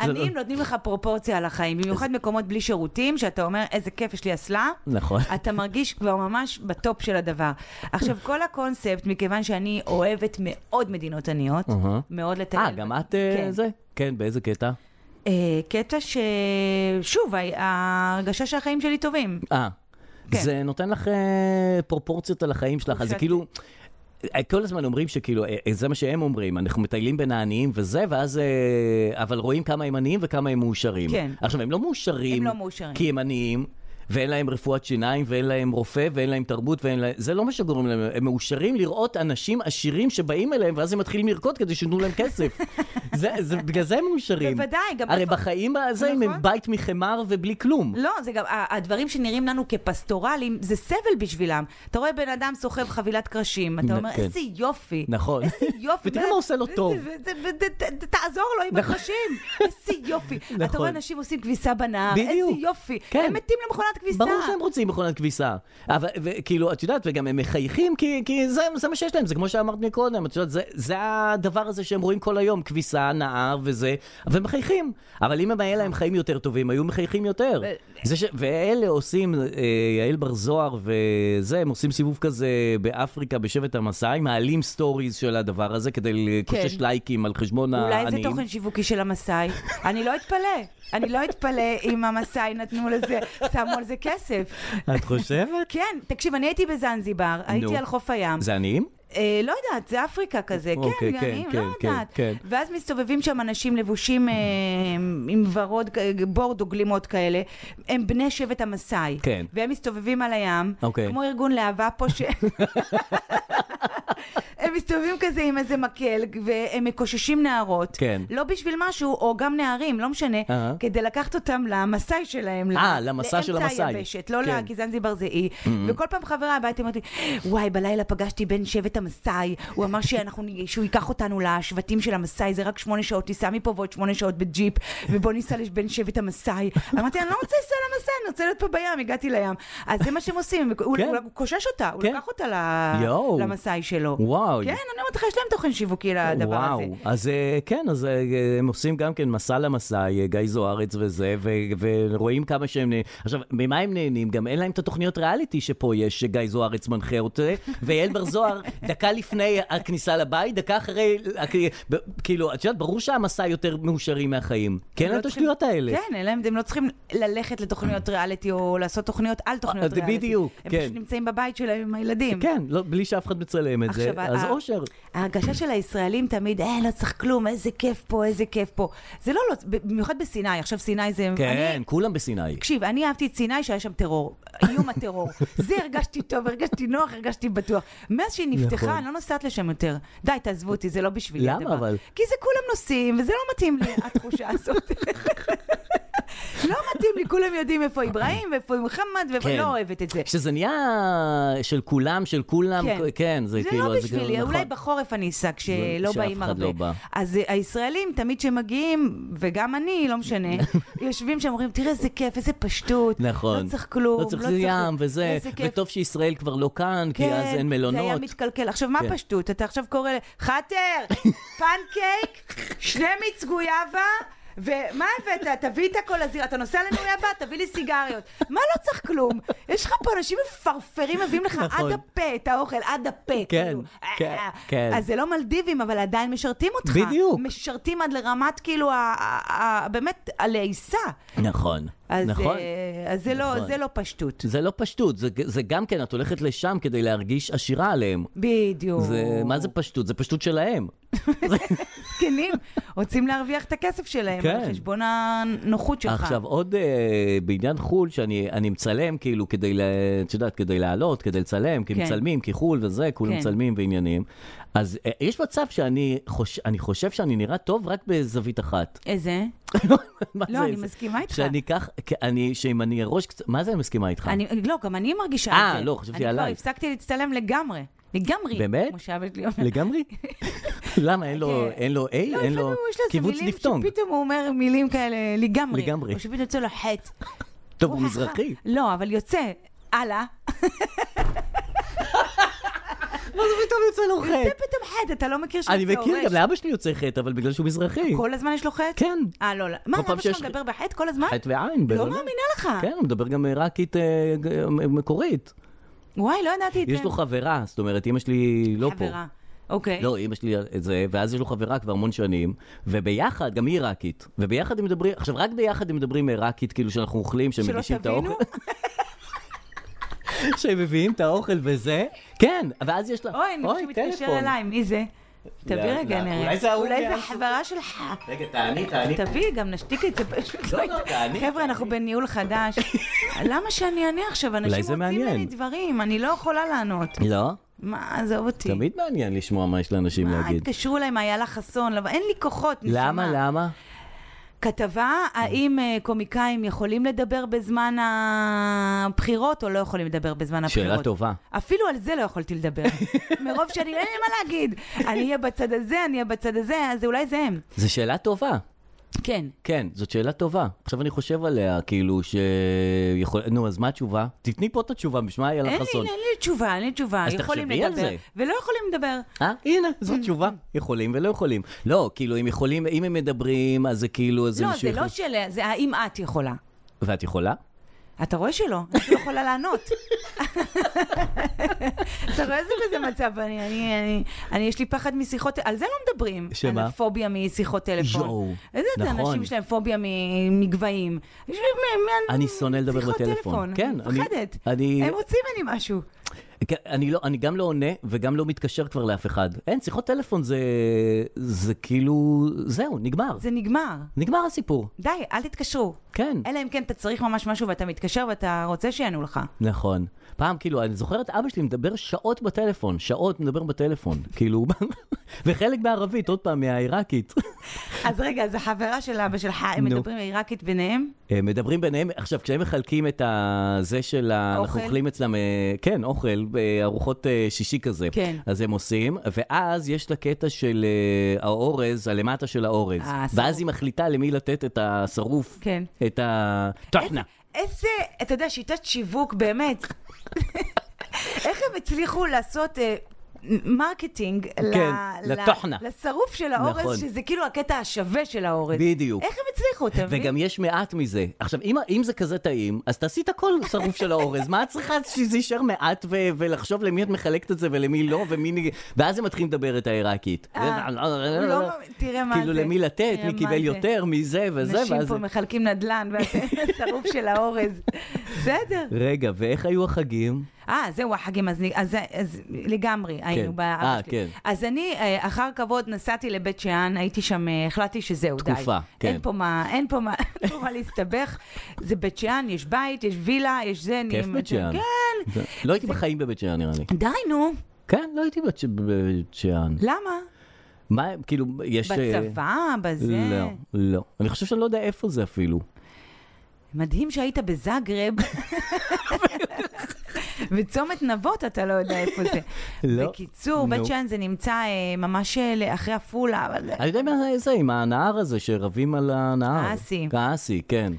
S3: עניים נותנים לך פרופורציה על החיים, במיוחד מקומות בלי שירותים, שאתה אומר, איזה כיף, יש לי אסלה.
S2: נכון.
S3: אתה מרגיש כבר ממש בטופ של הדבר. עכשיו, כל הקונספט, מכיוון שאני אוהבת מאוד מדינות עניות,
S2: אהה.
S3: מאוד לטייל.
S2: אה, גם את אה,
S3: כן.
S2: זה? כן, באיזה קטע?
S3: אה, קטע ש... שוב, ה- ההרגשה שהחיים שלי טובים.
S2: אה.
S3: כן. אוקיי.
S2: זה נותן לך אה, פרופורציות על החיים שלך, אז זה
S3: תחושת-
S2: כאילו... אה, כל הזמן אומרים שכאילו, אה, אה, זה מה שהם אומרים, אנחנו מטיילים בין העניים וזה, ואז... אה, אבל רואים כמה הם עניים וכמה הם מאושרים.
S3: כן.
S2: עכשיו, הם לא מאושרים...
S3: הם לא מאושרים.
S2: כי הם עניים, ואין להם רפואת שיניים, ואין להם רופא, ואין להם תרבות, ואין להם... זה לא מה שגורם להם... הם מאושרים לראות אנשים עשירים שבאים אליהם, ואז הם מתחילים לרקוד כדי שייתנו להם כסף. זה, זה, בגלל זה הם מאושרים.
S3: בוודאי, גם
S2: הרי
S3: איפה-
S2: בחיים הזה הם
S3: נכון.
S2: בית מחמר ובלי כלום.
S3: לא, זה גם, ה- הדברים שנראים לנו כפסטורליים, זה סבל בשבילם. אתה רואה בן אדם סוחב חבילת קרשים, אתה
S2: נ-
S3: אומר,
S2: כן.
S3: איזה יופי.
S2: נכון.
S3: איזה יופי.
S2: ותראה מה עושה לו טוב.
S3: זה- זה- זה- זה- ת- ת- תעזור לו עם
S2: נכון.
S3: הקרשים. איזה יופי. אתה
S2: נכון.
S3: רואה אנשים עושים כביסה בנהר, איזה
S2: בדיוק.
S3: יופי.
S2: כן.
S3: הם מתים למכונת כביסה.
S2: ברור שהם רוצים מכונת כביסה. אבל, וכאילו, את יודעת, וגם הם מחייכים, כי, כי זה, זה מה שיש להם, זה כמו שאמרת מקודם, את יודעת, זה, זה הדבר הזה שהם רואים כל היום, כביסה, נהר וזה, והם מחייכים. אבל אם הם היה להם חיים יותר טובים, היו מחייכים יותר. זה ש... ואלה עושים, אה, יעל בר זוהר וזה, הם עושים סיבוב כזה באפריקה, בשבט המסאי, מעלים סטוריז של הדבר הזה כדי לקושש
S3: כן.
S2: לייקים על חשבון העניים.
S3: אולי זה תוכן שיווקי של המסאי. אני לא אתפלא. אני לא אתפלא אם המסאי נתנו לזה, שמו על זה כסף.
S2: את חושבת?
S3: כן, תקשיב, אני הייתי בזנזיבר, הייתי על חוף הים.
S2: זה עניים?
S3: אה, לא יודעת, זה אפריקה כזה,
S2: אוקיי,
S3: כן,
S2: כן,
S3: אני
S2: כן,
S3: לא
S2: כן,
S3: יודעת.
S2: כן.
S3: ואז מסתובבים שם אנשים לבושים אה, עם ורוד, כ- בורד או גלימות כאלה, הם בני שבט המסאי.
S2: כן.
S3: והם מסתובבים על הים,
S2: אוקיי.
S3: כמו ארגון להבה פה, ש... הם מסתובבים כזה עם איזה מקל, והם מקוששים נערות.
S2: כן.
S3: לא בשביל משהו, או גם נערים, לא משנה,
S2: אהה.
S3: כדי לקחת אותם למסע שלהם. ל-
S2: אה, למסע של
S3: לאמצע
S2: המסאי.
S3: היבשת, לא
S2: כן.
S3: לגזען זיבר זה אי. וכל פעם חברה הביתה אומרת לי, וואי, בלילה פגשתי בן שבט המסאי, הוא אמר שאנחנו נ- שהוא ייקח אותנו לשבטים של המסאי, זה רק שמונה שעות טיסה מפה ועוד שמונה שעות בג'יפ, ובוא ניסע לבן שבט המסאי. אמרתי, אני לא רוצה לנסוע למסאי, אני רוצה להיות פה בים, הגעתי לים. אז זה מה שהם עושים, הוא
S2: כן.
S3: הוא קושש אותה, הוא
S2: כן.
S3: לקח אותה ל-
S2: יואו.
S3: למסאי שלו.
S2: וואו.
S3: כן, אני אומרת לך, יש להם תוכן שיווקי לדבר
S2: וואו.
S3: הזה.
S2: אז אה, כן, אז אה, הם עושים גם כן מסע למסע, אה, גיא זוארץ וזה, ו- ורואים כמה שהם... נה- עכשיו, ממה הם נהנים? גם אין להם את התוכניות ריאליטי שפה יש, שגיא זוארץ מנחה אותה, ואייל בר זוהר, דקה לפני הכניסה לבית, דקה אחרי... הכ- ב- כאילו, את יודעת, ברור שהמסע יותר מאושרים מהחיים. כן,
S3: לא
S2: אין את
S3: צריכים-
S2: השטויות האלה.
S3: כן, אין להם- הם לא צריכים ללכת לתוכניות ריאליטי או לעשות תוכניות על תוכניות
S2: אה,
S3: ריאליטי.
S2: בדיוק,
S3: הם
S2: כן.
S3: פשוט נמצאים בבית שלהם עם הילדים.
S2: כן, לא, בלי שאף אחד מצלם את זה,
S3: עכשיו, אה,
S2: אז
S3: ה-
S2: אושר.
S3: ההרגשה של הישראלים תמיד, אה, לא צריך כלום, איזה כיף פה, איזה כיף פה. זה לא, לא, במיוחד בסיני, עכשיו סיני זה...
S2: כן,
S3: אני-
S2: כולם בסיני.
S3: תקשיב, אני אהבתי את סיני שהיה שם טרור, איום הטרור. זה הרגשתי טוב, הרגשתי נוח, הרגשתי בטוח. מאז שהיא
S2: נכון.
S3: נפתחה, אני לא נוסעת לשם יותר. די, תעזבו אותי, זה לא בשבילי
S2: למה
S3: הדבר.
S2: אבל?
S3: כי זה כולם נוסעים, וזה לא מתאים לי, התחושה הזאת. לא מתאים לי, כולם יודעים איפה אברהים, ואיפה מוחמד, ואיפה...
S2: כן.
S3: לא אוהבת את זה.
S2: שזה נהיה של כולם, של כולם,
S3: כן.
S2: כן, זה
S3: זה
S2: כאילו...
S3: לא בשבילי,
S2: נכון.
S3: אולי בחורף אני אסע, כשלא
S2: שאף
S3: באים
S2: אחד
S3: הרבה.
S2: לא בא.
S3: אז אה, הישראלים, תמיד כשמגיעים, וגם אני, לא משנה, יושבים שם, אומרים, תראה איזה כיף, איזה פשטות.
S2: נכון.
S3: לא צריך כלום.
S2: לא צריך זה ים וזה,
S3: איזה כיף. כן,
S2: וטוב שישראל כבר לא כאן, כי אז אין
S3: זה היה
S2: מלונות.
S3: מתקלקל. עכשיו, מה
S2: כן.
S3: פשטות? אתה עכשיו קורא, ל- חאטר, פנקייק, שני מיץ גויאבה. ומה הבאת? תביא את הכל לזירה. אתה נוסע לנויאבה, תביא לי סיגריות. מה לא צריך כלום? יש לך פה אנשים מפרפרים, מביאים לך
S2: נכון.
S3: עד הפה את האוכל, עד הפה.
S2: כן,
S3: כאילו.
S2: כן,
S3: אה,
S2: כן.
S3: אז זה לא מלדיבים, אבל עדיין משרתים אותך.
S2: בדיוק.
S3: משרתים עד לרמת, כאילו, ה- ה- ה- באמת, הלעיסה.
S2: נכון,
S3: אז,
S2: נכון.
S3: אה, אז זה לא-
S2: נכון.
S3: זה לא פשטות.
S2: זה לא פשטות, זה- זה גם כן, את הולכת לשם כדי להרגיש עשירה עליהם.
S3: בדיוק.
S2: זה- מה זה פשטות? זה פשטות שלהם.
S3: זקנים, רוצים להרוויח את הכסף שלהם,
S2: כן.
S3: על חשבון הנוחות שלך.
S2: עכשיו, עוד אה, בעניין חו"ל, שאני אני מצלם כאילו כדי, ל- את יודעת, כדי לעלות, כדי לצלם, כי
S3: כן.
S2: מצלמים, כי חו"ל וזה, כולם
S3: כן.
S2: מצלמים ועניינים. אז אה, יש מצב שאני חוש- אני חושב שאני נראה טוב רק בזווית אחת.
S3: איזה?
S2: אה. מה
S3: לא,
S2: זה
S3: אני
S2: זה?
S3: מסכימה איתך.
S2: שאני אקח, כי אני, שאם אני ארוש קצת, מה זה אני מסכימה איתך?
S3: אני, לא, גם אני מרגישה את
S2: אה,
S3: זה.
S2: לא, חשבתי
S3: אני כבר
S2: עלייך.
S3: הפסקתי להצטלם לגמרי. לגמרי.
S2: באמת?
S3: כמו שאבא שלי אומר.
S2: לגמרי. למה, אין לו,
S3: כן.
S2: אין לו A?
S3: לא,
S2: אין
S3: לפעמים
S2: לו
S3: יש לו איזה
S2: קיבוץ
S3: מילים
S2: דיפטונג.
S3: שפתאום הוא אומר מילים כאלה לגמרי.
S2: לגמרי.
S3: או שפתאום יוצא לו חטא.
S2: טוב, הוא מזרחי.
S3: לא, אבל יוצא. הלאה.
S2: מה זה פתאום יוצא לו
S3: זה
S2: חטא?
S3: פתאום חטא, אתה לא מכיר שזה
S2: אני מכיר, גם לאבא שלי יוצא חטא, אבל בגלל שהוא מזרחי.
S3: כל הזמן יש לו חטא?
S2: כן.
S3: אה, לא, לא. מה,
S2: כל פעם
S3: למה שלך
S2: שיש-
S3: מדבר בחטא כל הזמן?
S2: חטא ועין.
S3: לא
S2: בוודאי.
S3: מאמינה לך.
S2: כן, הוא מדבר גם עיראקית אה, ג- אה, מקורית.
S3: וואי, לא ידעתי את זה.
S2: יש לו חברה, זאת אומרת, אימא שלי לא פה.
S3: חברה. אוקיי.
S2: לא, אימא שלי את זה, ואז יש לו חברה כבר המון שנים, וביחד, גם היא עיראקית, וביחד הם מדברים, עכשיו רק ביחד הם מדברים עיראקית, כאילו שאנחנו אוכלים, שהם
S3: שלא
S2: מגישים את
S3: תבינו?
S2: האוכל. שהם מביאים את האוכל וזה, כן, ואז יש לה,
S3: אוי, אני חושבת שמתקשר אליי, מי זה? תביא
S2: לא,
S3: רגע
S2: לא,
S3: נראה.
S2: אולי זה ההוא
S3: אולי זה
S2: מעל-
S3: החברה שלך.
S2: רגע, תעני, תעני.
S3: תביא, גם נשתיק את זה פשוט.
S2: לא,
S3: לא
S2: לא,
S3: יודעת.
S2: תעני,
S3: חבר'ה, אנחנו בניהול חדש. למה שאני אענה עכשיו?
S2: זה
S3: אנשים רוצים
S2: מעניין.
S3: ממני דברים, אני לא יכולה לענות.
S2: לא,
S3: מה, עזוב אותי.
S2: תמיד מעניין לשמוע מה יש לאנשים
S3: מה,
S2: להגיד.
S3: התקשרו אליי מאיילה חסון, למה- אין לי כוחות, נשמה.
S2: למה, למה?
S3: כתבה, האם אה, קומיקאים יכולים לדבר בזמן הבחירות או לא יכולים לדבר בזמן
S2: שאלה
S3: הבחירות?
S2: טובה.
S3: אפילו על זה לא יכולתי לדבר. מרוב שאני, אין לי מה להגיד. אני אהיה בצד הזה, אני אהיה בצד הזה, אז אולי זה הם.
S2: זו שאלה טובה.
S3: כן.
S2: כן, זאת שאלה טובה. עכשיו אני חושב עליה, כאילו, שיכול... נו, אז מה התשובה? תתני פה את התשובה, בשמה איילה
S3: אין לי,
S2: חסון.
S3: אין לי תשובה, אין לי תשובה.
S2: אז
S3: יכולים
S2: תחשבי על
S3: לדבר,
S2: זה.
S3: ולא יכולים לדבר.
S2: אה, הנה,
S3: Mm.
S2: זו תשובה. יכולים ולא יכולים. לא, כאילו, אם יכולים, אם הם מדברים, אז זה כאילו, אז
S3: לא,
S2: מישהו
S3: זה לא
S2: יכול-
S3: שאלה, זה האם את יכולה.
S2: ואת יכולה?
S3: אתה רואה שלא, אני לא יכולה לענות. אתה רואה איזה כזה מצב, אני, אני, אני, אני, יש לי פחד משיחות, על זה לא מדברים.
S2: שמה?
S3: על הפוביה משיחות
S2: יואו,
S3: טלפון. איזה
S2: נכון.
S3: אנשים יש להם פוביה מ- מגבהים. יש להם- מ- מ-
S2: אני שונא לדבר
S3: שיחות
S2: בטלפון.
S3: טלפון.
S2: כן,
S3: אני מפחדת.
S2: אני-
S3: הם רוצים ממני משהו.
S2: כן, אני, לא, אני גם לא עונה וגם לא מתקשר כבר לאף אחד. אין, שיחות טלפון זה, זה כאילו, זהו, נגמר.
S3: זה נגמר.
S2: נגמר הסיפור,
S3: די, אל תתקשרו.
S2: כן.
S3: אלא אם כן אתה צריך ממש משהו ואתה מתקשר ואתה רוצה שיענו לך.
S2: נכון. פעם, כאילו, אני זוכר את אבא שלי מדבר שעות בטלפון, שעות מדבר בטלפון, כאילו, וחלק בערבית, עוד פעם, מהעיראקית.
S3: אז רגע, אז החברה של אבא שלך, הם
S2: נו.
S3: מדברים עיראקית ביניהם?
S2: הם אה, מדברים ביניהם, עכשיו, כשהם מחלקים את הזה של ה... אנחנו
S3: אוכל?
S2: אוכלים אצלם, אה, כן, אוכל, אה, ארוחות אה, שישי כזה.
S3: כן.
S2: אז הם עושים, ואז יש לה קטע של אה, האורז, הלמטה של האורז.
S3: אה, השרוף.
S2: ואז היא מחליטה למי לתת את השרוף.
S3: כן.
S2: את ה... טחנה.
S3: איזה, אתה יודע, שיטת שיווק, באמת. איך הם הצליחו לעשות... אה, מרקטינג
S2: כן,
S3: ל- ל-
S2: לתוכנה.
S3: לשרוף של האורז,
S2: נכון.
S3: שזה כאילו הקטע השווה של האורז.
S2: בדיוק.
S3: איך הם הצליחו, אתה מבין?
S2: וגם יש מעט מזה. עכשיו, אם, אם זה כזה טעים, אז תעשי את הכל שרוף של האורז. מה את צריכה שזה יישאר מעט ו- ולחשוב למי את מחלקת את זה ולמי לא, ומי... נג- ואז הם מתחילים לדבר את העיראקית.
S3: אה, הוא לא מ- תראה מה
S2: כאילו,
S3: זה.
S2: למי לתת,
S3: תראה
S2: מי
S3: מה
S2: קיבל
S3: זה.
S2: יותר, מי זה וזה,
S3: אנשים
S2: ואז...
S3: פה מחלקים נדל"ן, והשרוף של האורז. בסדר.
S2: רגע, ואיך היו החגים?
S3: אה, זהו החגים, אז, אז, אז לגמרי היינו
S2: כן.
S3: באבא
S2: אה,
S3: שלי.
S2: כן.
S3: אז אני, אה, אחר כבוד, נסעתי לבית שאן, הייתי שם, אה, החלטתי שזהו, די.
S2: תקופה, כן.
S3: אין פה מה, אין פה מה, אין פה מה להסתבך. זה בית שאן, יש בית, יש וילה, יש זה. אני-
S2: כיף בית שאן.
S3: כן.
S2: זה- לא הייתי בחיים בבית שאן, נראה לי.
S3: די, נו.
S2: כן, לא הייתי בבית ש- בבית שאן.
S3: למה?
S2: מה, כאילו, יש... אה,
S3: בצבא, בזה.
S2: לא, לא. אני חושב שאני לא יודע איפה זה אפילו.
S3: מדהים שהיית בזאגרב. וצומת נבות, אתה לא יודע איפה זה.
S2: לא.
S3: בקיצור, בית
S2: נו.
S3: שאן זה נמצא אה, ממש אה, אחרי עפולה, אבל... אה,
S2: אני יודע מה זה, עם הנהר הזה שרבים על הנהר.
S3: האסי.
S2: האסי, כן.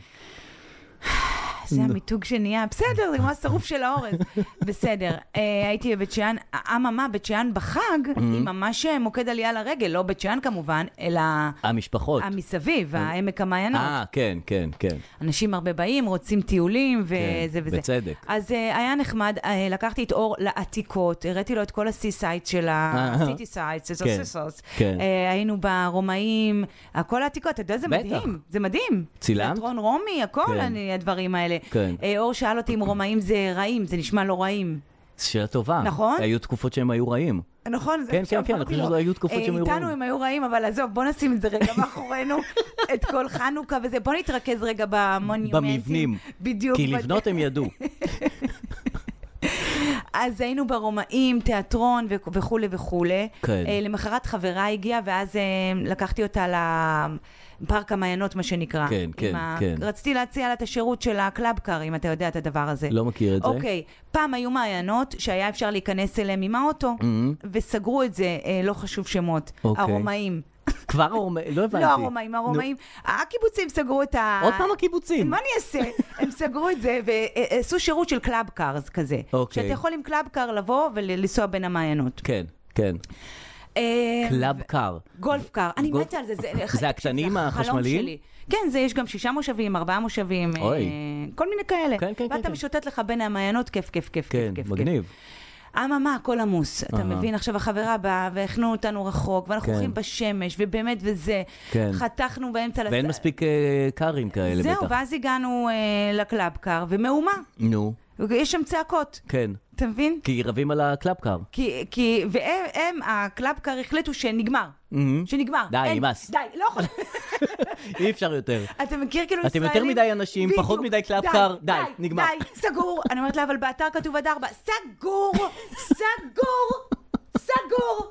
S3: זה המיתוג שנהיה, בסדר, זה כמו השרוף של האורז. בסדר, אה, הייתי בבית שאן, אממה, בית שאן בחג, היא ממש אה, מוקד עלייה לרגל, לא בית שאן כמובן, אלא
S2: המשפחות.
S3: המסביב, העמק המעיינות.
S2: אה, כן, כן, כן.
S3: אנשים הרבה באים, רוצים טיולים וזה וזה.
S2: בצדק.
S3: אז אה, היה נחמד, אה, לקחתי את אור לעתיקות, הראיתי לו את כל הסי סייט של ה...
S2: אה,
S3: סיטי סייט, זה
S2: כן,
S3: סיסוס.
S2: כן.
S3: היינו ברומאים, הכל העתיקות, אתה יודע, זה
S2: בטח.
S3: מדהים, זה מדהים.
S2: צילמת?
S3: תיאטרון רומי, הכל,
S2: כן.
S3: אני- הדברים האלה.
S2: כן.
S3: אה, אור שאל אותי אם רומאים זה רעים, זה נשמע לא רעים.
S2: שאלה טובה.
S3: נכון?
S2: היו תקופות שהם היו רעים.
S3: נכון, זה
S2: כן,
S3: מה
S2: כן, כן, אני
S3: שאמרתי
S2: חושב
S3: לו.
S2: שזה היו תקופות
S3: אה,
S2: שהם היו
S3: איתנו
S2: רעים.
S3: הם היו רעים, אבל עזוב, בוא נשים את זה רגע מאחורינו, את כל חנוכה וזה. בוא נתרכז רגע במונומנטים.
S2: במבנים.
S3: בדיוק.
S2: כי
S3: בד-
S2: לבנות הם ידעו.
S3: אז היינו ברומאים, תיאטרון וכו- וכולי וכולי.
S2: כן.
S3: אה, למחרת חברה הגיעה, ואז אה, לקחתי אותה לפארק המעיינות, מה שנקרא.
S2: כן,
S3: עם
S2: כן,
S3: ה-
S2: כן.
S3: רציתי להציע לה את השירות של הקלאבקר, אם אתה יודע את הדבר הזה.
S2: לא מכיר את זה.
S3: אוקיי, פעם היו מעיינות שהיה אפשר להיכנס אליהם עם האוטו, וסגרו את זה, אה, לא חשוב שמות,
S2: Mm-hmm. אוקיי.
S3: הרומאים.
S2: כבר הרומאים, לא הבנתי.
S3: לא הרומאים,
S2: נו,
S3: הרומאים. הקיבוצים סגרו את ה... לא-
S2: עוד פעם הקיבוצים.
S3: מה אני אעשה? הם סגרו את זה ועשו שירות של קלאב קארס כזה.
S2: אוקיי.
S3: שאתה יכול עם קלאב קאר לבוא ולנסוע בין המעיינות.
S2: כן, כן.
S3: אה,
S2: קלאב קר.
S3: גולף קאר, אני
S2: גולף-
S3: מתה על זה.
S2: זה הקטנים
S3: זה החלום
S2: החשמליים?
S3: שלי. כן, זה יש גם שישה מושבים, ארבעה מושבים, אה,
S2: אוי.
S3: כל מיני כאלה.
S2: כן, כן, כן,
S3: ואתה
S2: כן.
S3: משוטט לך בין המעיינות, כיף, כיף, כיף,
S2: כן,
S3: כיף, כיף.
S2: מגניב.
S3: אממה, הכל עמוס. אתה
S2: אהה.
S3: מבין? עכשיו החברה באה, והחנו אותנו רחוק, ואנחנו
S2: כן.
S3: הולכים בשמש, ובאמת וזה.
S2: כן.
S3: חתכנו באמצע... לס-
S2: ואין מספיק אה, קרים כאלה בטח.
S3: זהו, ואז הגענו אה, לקלאב קאר, ומהומה.
S2: נו,
S3: יש שם צעקות,
S2: כן.
S3: אתה מבין?
S2: כי רבים על הקלאב קר.
S3: כי, כי, והם, הם, הקלאב קאר החליטו שנגמר. שנגמר.
S2: די,
S3: אין-
S2: נמאס.
S3: די, לא יכול.
S2: אי אפשר יותר.
S3: אתה מכיר כאילו
S2: אתם
S3: ישראלים?
S2: יותר מדי אנשים,
S3: בדיוק.
S2: פחות מדי קלאב
S3: די,
S2: קאר, די, נגמר.
S3: די, סגור. אני אומרת לה, אבל באתר כתוב עד ארבע. סגור, סגור, סגור.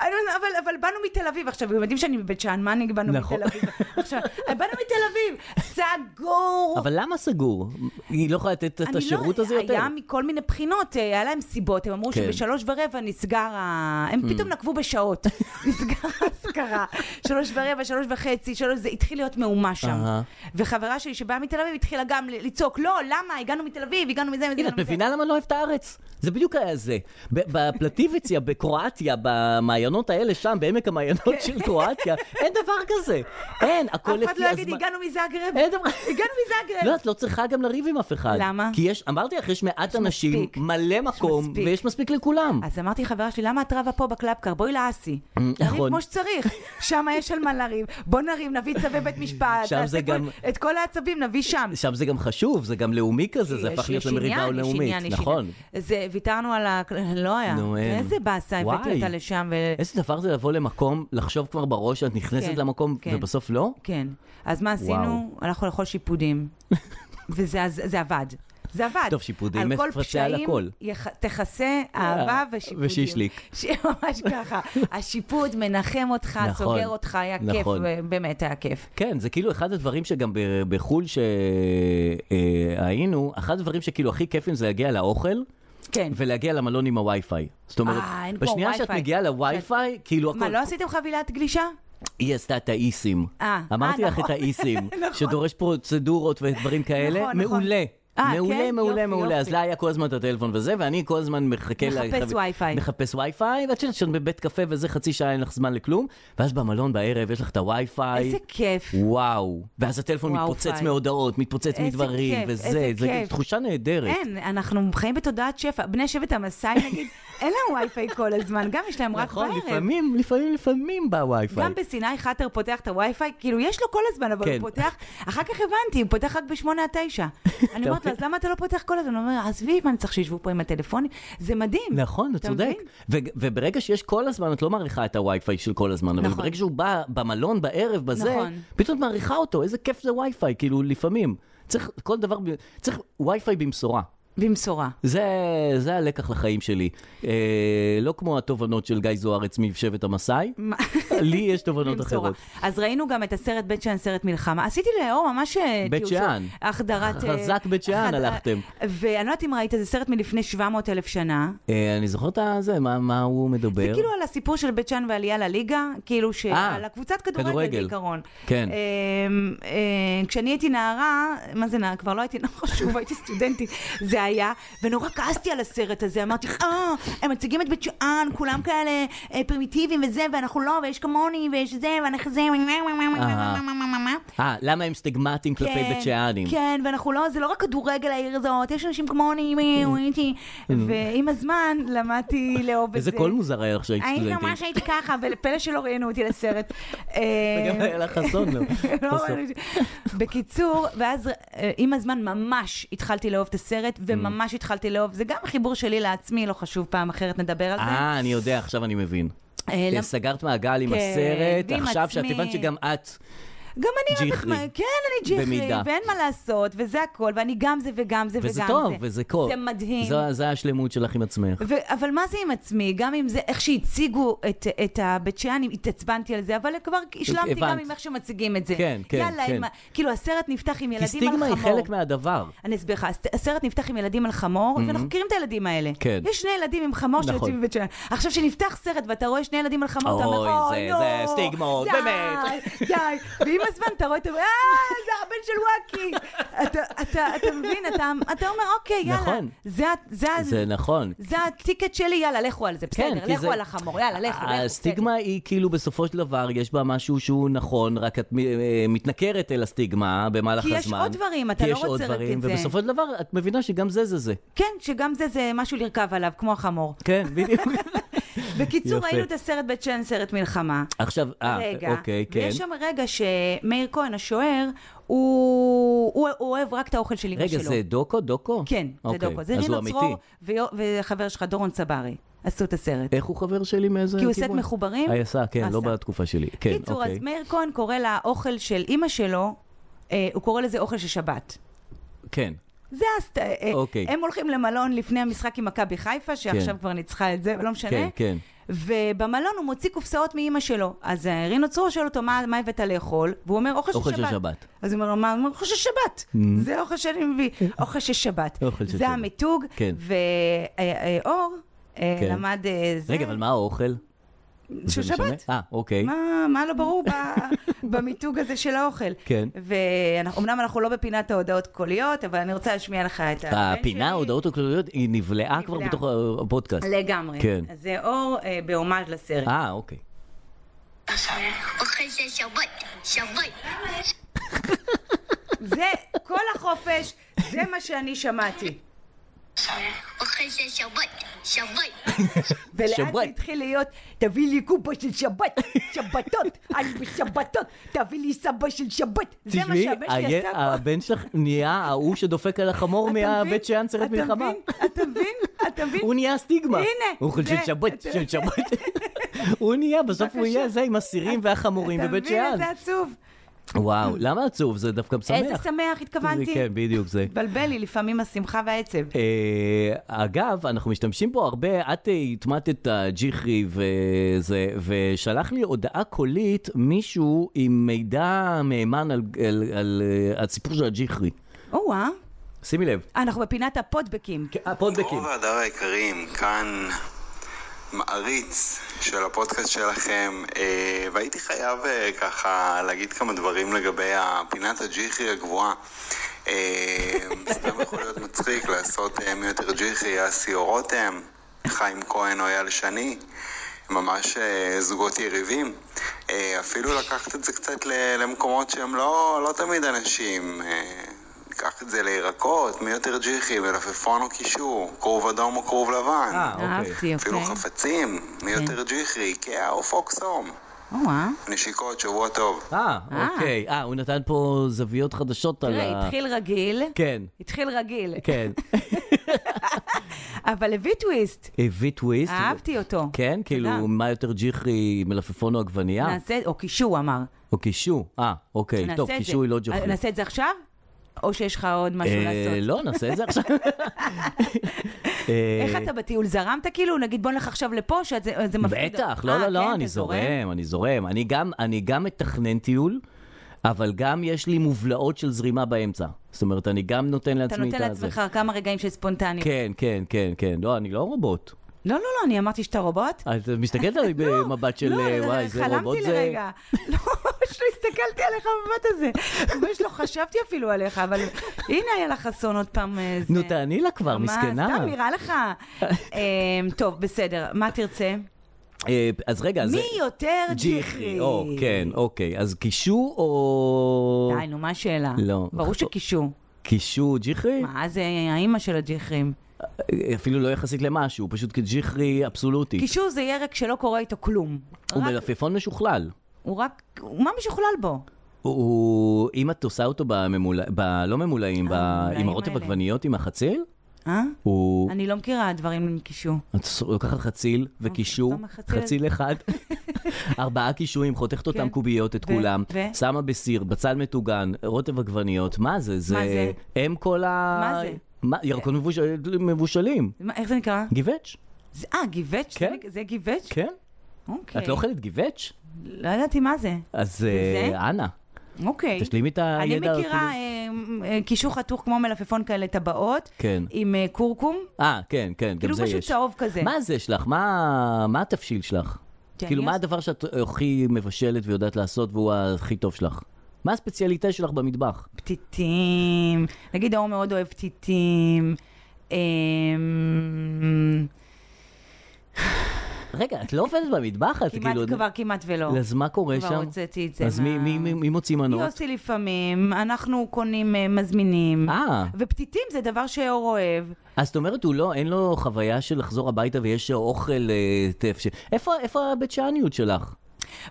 S3: אני אומרת, אבל, אבל באנו מתל אביב עכשיו, הם יודעים שאני מבית שאן, מה אני באנו
S2: נכון.
S3: מתל אביב? עכשיו, באנו מתל אביב, סגור.
S2: אבל למה סגור? היא לא יכולה לתת את
S3: אני
S2: השירות הזה יותר.
S3: היה מכל מיני בחינות, אה, היה להם סיבות, הם אמרו
S2: כן. Mm.
S3: שבשלוש ורבע נסגר ה... הם פתאום נקבו בשעות, נסגר ההשכרה. שלוש ורבע, שלוש וחצי, שלוש, זה התחיל להיות מהומה שם.
S2: אהה.
S3: וחברה שלי שבאה מתל אביב התחילה גם ל- לצעוק, לא, למה, הגענו מתל אביב, הגענו מזה, מזה,
S2: הנה, את
S3: מזה."
S2: מבינה למה אני לא אוהב את הארץ? זה בדיוק היה זה. ב- בפלטיביציה, בקרואטיה, במעיינות האלה שם, בעמק המעיינות של קרואטיה, אין דבר כזה. אין, הכל לפי
S3: אף אחד
S2: הזמן.
S3: לא יגיד, הגענו מזאגרב,
S2: אין דבר-
S3: הגענו
S2: לא,
S3: מזאגרב.
S2: את לא צריכה גם לריב עם אף אחד.
S3: למה?
S2: כי יש, אמרתי לך, יש מעט אנשים,
S3: מספיק.
S2: מלא מקום,
S3: מספיק.
S2: ויש מספיק לכולם.
S3: אז אמרתי לחברה שלי, למה את רבה פה בקלאבקר? בואי לאסי.
S2: נכון.
S3: תריב כמו שצריך. צריך, שם יש על מה לריב. בוא נריב, נביא צווי בית משפט.
S2: שם זה
S3: נעשה כל-
S2: גם-
S3: את כל העצבים נביא שם.
S2: שם זה גם חשוב, זה גם לאומי כזה, זה
S3: יש-
S2: הפך להיות
S3: יש
S2: למריבה
S3: עניין, יש
S2: לאומית.
S3: עניין, יש
S2: נכון.
S3: עניין. זה, ויתרנו על ה... לא היה.
S2: נו, אין.
S3: איזה באסה, הבאתי
S2: וואי.
S3: אותה לשם ו...
S2: איזה דבר זה לבוא למקום, לחשוב כבר בראש שאת נכנסת
S3: כן,
S2: למקום,
S3: כן.
S2: ובסוף לא?
S3: כן. אז מה עשינו? הלכנו לאכול שיפודים. וזה אז- זה עבד. זה עבד.
S2: טוב, שיפודים
S3: על כל
S2: מפצה על
S3: פשעים
S2: הכל. אה,
S3: יח- תכסה אהבה ושיפודים.
S2: ושישליק.
S3: ש- ממש ככה. השיפוד מנחם אותך,
S2: נכון,
S3: סוגר אותך, היה כיף,
S2: נכון.
S3: ו- באמת היה כיף.
S2: כן, זה כאילו אחד הדברים שגם ב- בחו"ל שהיינו, אחד הדברים שכאילו הכי כיפים זה להגיע לאוכל.
S3: כן.
S2: ולהגיע למלון עם הווי-פיי. זאת אומרת,
S3: אה, אין כמו
S2: בשנייה שאת
S3: Wi-Fi.
S2: מגיעה לווי-פיי, כאילו הכל...
S3: מה, לא עשיתם חבילת גלישה?
S2: היא עשתה את האיסים.
S3: אה,
S2: אמרתי
S3: אה,
S2: לך את
S3: נכון.
S2: האיסים,
S3: נכון.
S2: שדורש פרוצדורות ודברים כאלה.
S3: נכון, נכון.
S2: מעולה.
S3: אה,
S2: מעולה,
S3: כן?
S2: מעולה,
S3: יופי,
S2: מעולה. אז
S3: יופי.
S2: לה היה כל הזמן את הטלפון וזה, ואני כל הזמן מחכה... לה-
S3: מחפש Wi-Fi.
S2: מחפש וי-פיי, ואת יודעת שאת בבית קפה וזה חצי שעה אין לך זמן לכלום, ואז במלון בערב יש לך את הווי-פיי.
S3: איזה כיף.
S2: וואו. ואז הטלפון
S3: וואו,
S2: מתפוצץ
S3: פיי.
S2: מהודעות, מתפוצץ
S3: איזה
S2: מדברים,
S3: כיף,
S2: וזה.
S3: איזה
S2: זה
S3: כיף.
S2: תחושה נהדרת.
S3: אין, כן, אנחנו חיים בתודעת שפע. בני שבט המסאי, נגיד, אין להם וי-פיי כל הזמן, גם יש להם רק
S2: נכון,
S3: בערב.
S2: לפעמים, לפעמים, לפעמים בווי-פיי.
S3: גם בסיני חאטר פותח את הווי-פיי, כאילו יש לו כל הזמן, אבל
S2: כן.
S3: הוא פותח, אחר כך הבנתי, הוא פותח רק בשמונה עד תשע. אני אומרת
S2: אוקיי.
S3: לו, אז למה אתה לא פותח כל הזמן? הוא אומר, עזבי, מה, אני צריך שישבו פה עם הטלפונים? זה מדהים.
S2: נכון, אתה
S3: אתה
S2: צודק.
S3: מבין?
S2: ו- וברגע שיש כל הזמן, את לא מעריכה את הווי-פיי של כל הזמן, אבל
S3: נכון.
S2: ברגע שהוא בא במלון בערב, בזה,
S3: נכון.
S2: פתאום את מעריכה אותו, איזה כיף זה ווי-פיי, כאילו לפעמים. צריך כל דבר, ב- צריך ווי-פיי במשורה.
S3: במשורה.
S2: זה, זה הלקח לחיים שלי. אה, לא כמו התובנות של גיא זוארץ מבשבט המסאי,
S3: מה?
S2: לי יש תובנות
S3: במשורה.
S2: אחרות.
S3: אז ראינו גם את הסרט בית שאן, סרט מלחמה. עשיתי לאור ממש... אה,
S2: בית
S3: טיול של
S2: שאן.
S3: החדרת... אה,
S2: חזק בית שאן
S3: החד-
S2: הלכתם.
S3: ואני לא יודעת אם ראית, זה סרט מלפני 700 אלף שנה.
S2: אה, אני זוכר את זה, מה, מה הוא מדבר.
S3: זה כאילו על הסיפור של בית שאן והעלייה לליגה, כאילו ש-
S2: כן? אה,
S3: על הקבוצת כדורגל
S2: כדורגל.
S3: בעיקרון.
S2: כן.
S3: אמ, אמ, כשאני הייתי נערה, מה זה נערה? כבר לא הייתי נערה, שוב, הייתי סטודנטית, זה היה, ונורא כעסתי על הסרט הזה, אמרתי, אה, הם מציגים את בית שאן, כולם כאלה אה, פרימיטיביים וזה, ואנחנו לא, ויש כמוני, ויש זה, ואנחנו זה,
S2: אה, למה הם סטיגמטים כלפי בית שאנים?
S3: כן, ואנחנו לא, זה לא רק כדורגל העיר הזאת, יש אנשים כמוני,
S2: כן.
S3: ואיתי. ועם הזמן למדתי לאהוב את זה.
S2: איזה קול מוזר היה לך שהיית
S3: אני
S2: סטודנטית.
S3: ממש הייתי ככה, ולפלא שלא ראיינו אותי לסרט. אה,
S2: וגם היה לך חסון, לא?
S3: לא
S2: בסוף.
S3: ראיינו אותי. בקיצור, ואז אה, עם הזמן ממש התחלתי לאהוב את הסרט,
S2: Mm.
S3: וממש התחלתי לאהוב, זה גם חיבור שלי לעצמי, לא חשוב, פעם אחרת נדבר על זה.
S2: אה, אני יודע, עכשיו אני מבין.
S3: אה, למ-
S2: סגרת מעגל עם
S3: כן,
S2: הסרט,
S3: ועם
S2: עכשיו שאת
S3: עצמי.
S2: הבנת שגם את,
S3: גם אני אוהבת...
S2: ג'יחרי.
S3: מה- כן, אני ג'יחרי,
S2: במידה.
S3: ואין מה לעשות, וזה הכל, ואני גם זה וגם זה וגם זה.
S2: וזה טוב, וזה קול.
S3: זה מדהים.
S2: זו- זו השלמות שלך עם עצמך.
S3: ו- אבל מה זה עם עצמי? גם אם זה, איך שהציגו את, את הבית שאן, התעצבנתי על זה, אבל כבר השלמתי
S2: הבנת.
S3: גם עם איך שמציגים את זה.
S2: כן, כן,
S3: יאללה,
S2: כן.
S3: עם, ה- כאילו הסרט נפתח עם
S2: כי
S3: ילדים על
S2: סטיגמה
S3: חמור.
S2: היא חלק מהדבר.
S3: אני אסביר לך, הס- הסרט נפתח עם ילדים על חמור, ואנחנו מכירים את הילדים האלה.
S2: Mhm. כן.
S3: יש שני ילדים עם חמור
S2: נכון.
S3: שיוצאים מבית שאן. עכשיו, שנפתח סרט ואתה רואה שני ילדים על חמור, אתה
S2: אוי,
S3: אומר,
S2: זה-
S3: אוי, נו,
S2: זה סטיגמות,
S3: די,
S2: באמת."
S3: די. ועם הזמן אתה רואה, אתה אומר, אה, זה הבן של וואקי. אתה- אתה- אתה מבין, אתה אתה אומר, אוקיי, יאללה.
S2: נכון.
S3: זה ה- זה ה-
S2: זה נכון.
S3: זה הטיקט שלי, יאללה, לכו על זה,
S2: כן,
S3: בסדר,
S2: כי
S3: לכו
S2: זה-
S3: על החמור, יאללה, לכו, כן. לכו. בסדר.
S2: הסטיגמה היא כאילו בסופו של דבר, יש בה משהו שהוא נכון, רק את מ- אה, מתנכרת אל הסטיגמה במהלך
S3: כי
S2: הזמן.
S3: יש עוד דברים, אתה
S2: כי
S3: לא
S2: יש עוד
S3: רוצה רק
S2: דברים,
S3: את זה.
S2: ובסופו של דבר את מבינה שגם זה זה זה.
S3: כן, שגם זה, זה משהו לרכב עליו, כמו החמור.
S2: כן, בדיוק.
S3: בקיצור,
S2: יפה.
S3: ראינו את הסרט בית שאן, סרט מלחמה.
S2: עכשיו, אה,
S3: רגע,
S2: אוקיי, כן.
S3: ויש שם רגע שמאיר כהן, השוער, הוא, הוא, הוא אוהב רק את האוכל של אמא
S2: רגע,
S3: שלו.
S2: זה דוקו? דוקו?
S3: כן, זה
S2: אוקיי,
S3: דוקו. זה
S2: אז הוא
S3: רינו צרור
S2: אמיתי.
S3: ויו- וחבר שלך, דורון צברי, עשו את הסרט.
S2: איך הוא חבר שלי מאיזה כיוון?
S3: כי הוא עושה את מחוברים.
S2: אה, עשה, כן, לא
S3: עשה.
S2: בתקופה שלי. כן,
S3: קיצור,
S2: אוקיי.
S3: אז מאיר כהן קורא לאוכל של אימא שלו, אה, הוא קורא לזה אוכל של שבת.
S2: כן.
S3: זה הסט... אה,
S2: אוקיי.
S3: הם הולכים למלון לפני המשחק עם מכבי חיפה, שעכשיו
S2: כן.
S3: כבר ניצחה את זה, ולא משנה.
S2: כן, כן.
S3: ובמלון הוא מוציא קופסאות מאימא שלו. אז אה, רינו צרור שואל אותו, מה, מה הבאת לאכול? והוא אומר, אוכל של
S2: אוכל
S3: שבת.
S2: של שבת. Mm-hmm.
S3: אז הוא אומר, לו, מה? הוא אומר, אוכל של שבת. זה האוכל שאני מביא. אוכל של שבת.
S2: אוכל של
S3: זה
S2: שבת.
S3: המיתוג.
S2: כן.
S3: ואור
S2: כן.
S3: למד אה, זה.
S2: רגע, אבל מה האוכל?
S3: של
S2: זה משנה?
S3: שבת.
S2: אה, אוקיי.
S3: מה, מה לא ברור ב- במיתוג הזה של האוכל?
S2: כן.
S3: ואומנם אנחנו לא בפינת ההודעות קוליות, אבל אני רוצה להשמיע לך את הבן
S2: הפינה,
S3: שלי.
S2: ההודעות הכלליות, היא נבלעה כבר
S3: נבלעה.
S2: בתוך הפודקאסט.
S3: לגמרי.
S2: כן.
S3: אז זה אור אה, בהומאז' לסרט.
S2: אה, אוקיי.
S4: אוכל של שבת, שבת.
S3: זה כל החופש, זה מה שאני שמעתי.
S4: אחרי זה שבת, שבת.
S3: ולאט זה
S2: שבת.
S3: התחיל להיות, תביא לי קופה של שבת, שבתות, אני בשבתות, תביא לי סבא של שבת. זה מה
S2: תשמעי,
S3: שהבן שלי
S2: הילד-
S3: עשה פה.
S2: הבן שלך נהיה ההוא שדופק על החמור
S3: אתה מבין?
S2: מהבית שאנסרת
S3: אתה
S2: מלחמה.
S3: מבין? אתה מבין? אתה מבין?
S2: הוא נהיה הסטיגמה.
S3: הנה,
S2: הוא אוכל
S3: זה,
S2: של שבת,
S3: אתה-
S2: של שבת. הוא נהיה, בסוף הוא
S3: בבקשה.
S2: יהיה זה עם הסירים והחמורים בבית
S3: אתה מבין
S2: שאן.
S3: איזה עצוב?
S2: וואו, למה עצוב? זה דווקא משמח.
S3: איזה שמח התכוונתי.
S2: כן, בדיוק זה.
S3: התבלבל לי לפעמים השמחה והעצב.
S2: אה, אגב, אנחנו משתמשים פה הרבה, את אה, הטמטת ג'יחרי וזה, ושלח לי הודעה קולית מישהו עם מידע מהימן על, על, על, אה, הסיפור של הג'יחרי.
S3: או-אה,
S2: שימי לב. כן, אה,
S3: אנחנו בפינת הפודבקים.
S2: הפודבקים.
S5: רוב ההדר היקרים, כאן מעריץ של הפודקאסט שלכם, אה, והייתי חייב אה, ככה להגיד כמה דברים לגבי הפינת הג'יחי הגבוהה. אה, סתם יכול להיות מצחיק לעשות אה, מי יותר ג'יחי, אסי או רותם, חיים כהן או אייל שני. ממש אה, זוגות יריבים. אה, אפילו לקחת את זה קצת ל- למקומות שהם לא, לא תמיד אנשים. אה, ניקח את זה לירקות, מי יותר ג'יחי, מלפפון או קישור, כרוב אדום או כרוב לבן,
S2: אה, אוקיי.
S3: אהבתי,
S5: אפילו לא
S3: אוקיי.
S5: חפצים, מי יותר ג'יחי, איקאה או פוקסהום.
S3: או-אה.
S5: נשיקות, שבוע טוב.
S2: אה,
S3: אה.
S2: אוקיי. אה, הוא נתן פה זוויות חדשות על
S3: תראה,
S2: ה...
S3: התחיל רגיל.
S2: כן,
S3: התחיל רגיל.
S2: כן.
S3: אבל הביא טוויסט.
S2: הביא טוויסט.
S3: אהבתי אותו.
S2: אה, כן,
S3: תודה.
S2: כאילו, מה יותר ג'יחרי, מלפפון או עגבנייה?
S3: נעשה, או קישור אמר.
S2: או קישו. אה, אוקיי.
S3: נעשה
S2: טוב,
S3: את זה. אה,
S2: קישו היא לא ג'יחרי.
S3: נעשה את זה עכשיו? או שיש לך עוד משהו
S2: אה,
S3: לעשות?
S2: לא, נעשה את זה עכשיו. אה,
S3: איך אתה בטיול? זרמת כאילו? נגיד בוא נלך עכשיו לפה, שזה זה מפחיד.
S2: בטח,
S3: אה,
S2: לא, לא,
S3: כן,
S2: לא,
S3: אתה
S2: אני זורם, אני זורם. אני גם- אני גם מתכנן טיול, אבל גם יש לי מובלעות של זרימה באמצע. זאת אומרת, אני גם נותן
S3: אתה
S2: לעצמי את
S3: נותן
S2: הזה.
S3: לעצמך כמה רגעים של ספונטניות.
S2: כן, כן, כן, כן. לא, אני לא רובוט.
S3: לא, לא, לא, אני אמרתי שאתה רובוט.
S2: את מסתכלת עליי במבט של
S3: לא,
S2: אה,
S3: לא,
S2: וואי, זה רובוט
S3: חלמתי
S2: זה...
S3: לרגע. לא, ממש לא הסתכלתי עליך במבט הזה. ממש לא חשבתי אפילו עליך, אבל הנה איילה חסון עוד פעם. אה, זה.
S2: נו, תעני לה כבר,
S3: מה,
S2: מסכנה.
S3: סתם נראה לך. אה, טוב, בסדר, מה תרצה?
S2: אה, אז רגע, אז...
S3: מי יותר ג'יחרי?
S2: ג'יחרי. או, כן, אוקיי. אז קישו או...
S3: די, נו, מה השאלה?
S2: לא.
S3: ברור שקישו.
S2: קישו ג'יחרי?
S3: מה זה האימא של הג'יחרים?
S2: אפילו לא יחסית למשהו, פשוט כג'יחרי אבסולוטי.
S3: קישו זה ירק שלא קורה איתו כלום.
S2: הוא
S3: רק-
S2: מלפפון משוכלל.
S3: הוא רק... הוא- מה משוכלל בו?
S2: הוא, אם את עושה אותו בממולא, ב... לא ממולאים, ב...
S3: הממולאים
S2: עם הרוטב
S3: האלה.
S2: עגבניות עם החציל,
S3: אה?
S2: הוא...
S3: אני לא מכירה דברים עם קישו.
S2: את לוקחת חציל
S3: אוקיי,
S2: וקישור,
S3: כמה חציל?
S2: חציל אחד, ארבעה קישואים, חותכת אותם
S3: כן.
S2: קוביות את
S3: ו-
S2: כולם,
S3: ו?
S2: שמה בסיר, בצל מטוגן, רוטב עגבניות, מה זה?
S3: מה זה?
S2: זה הם כל ה...
S3: מה זה?
S2: מה, ירקון מבושלים.
S3: מה- איך זה נקרא?
S2: גיבץ',
S3: זה- אה, גיבץ'?
S2: כן.
S3: זה- זה גיבץ'?
S2: כן?
S3: אוקיי.
S2: את לא אוכלת גיבץ'?
S3: לא ידעתי מה זה.
S2: אז
S3: זה?
S2: אה, אנא,
S3: אוקיי.
S2: תשלימי את הידע.
S3: אני מכירה
S2: כאילו-
S3: אה, אה, קישור חתוך כמו מלפפון כאלה טבעות,
S2: כן.
S3: עם אה, כורכום,
S2: אה, כן, כן, גם
S3: כאילו
S2: זה
S3: משהו
S2: יש.
S3: צהוב כזה.
S2: מה זה שלך? מה מה התבשיל שלך?
S3: תן לי
S2: כאילו, מה
S3: אז-
S2: הדבר שאת הכי מבשלת ויודעת לעשות והוא הכי טוב שלך? מה הספציאליטה שלך במטבח?
S3: פתיתים, נגיד האור מאוד אוהב פתיתים. אמ,
S2: רגע, את לא עובדת במטבח? את
S3: כמעט
S2: כאילו...
S3: כבר כמעט ולא.
S2: אז מה קורה שם?
S3: כבר הוצאתי את זה.
S2: אז מי-
S3: מה-
S2: מי- מי מי מוציא מנות?
S3: יוסי לפעמים, אנחנו קונים, אה, מזמינים.
S2: אה,
S3: ופתיתים זה דבר שאור אוהב.
S2: אז זאת אומרת, הוא לא, אין לו חוויה של לחזור הביתה ויש אוכל אה, טף. ש- איפה- איפה הבית שעניות שלך?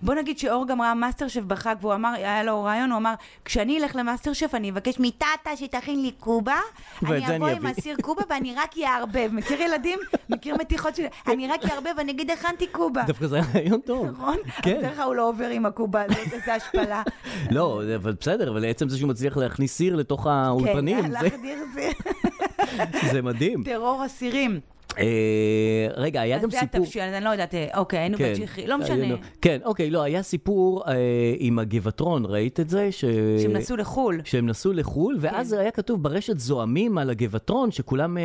S3: בוא נגיד שאור גם ראה מאסטר שף בחג, והוא אמר, היה לו רעיון, הוא אמר, כשאני אלך למאסטר שף, אני אבקש מטאטה שתכין לי קובה,
S2: ואת זה
S3: אני אבוא
S2: אני
S3: עם
S2: אביא."
S3: הסיר קובה ואני רק אערבב. מכיר ילדים? מכיר מתיחות שלי? אני רק אערבב, אני אגיד, הכנתי קובה.
S2: דווקא זה היה רעיון טוב.
S3: אה. נכון?
S2: כן.
S3: כן. בדרך כלל הוא לא עובר עם הקובה הזאת, איזה השפלה.
S2: לא, אבל בסדר, אבל עצם זה שהוא מצליח להכניס סיר לתוך האולפנים,
S3: כן,
S2: זה-
S3: הלך דיר זה
S2: זה מדהים.
S3: טרור אסירים.
S2: אה, רגע, היה
S3: אז
S2: גם
S3: זה
S2: סיפור...
S3: התבשיל, אז אני לא יודעת, אה, אוקיי, היינו
S2: כן.
S3: בג'יחי, לא
S2: היינו-
S3: משנה.
S2: כן, אוקיי, לא, היה סיפור אה, עם הגבעטרון, ראית את זה? ש-
S3: שהם נסעו לחו"ל. כן.
S2: שהם נסעו לחו"ל, ואז היה כתוב ברשת זועמים על הגבעטרון, שכולם אה,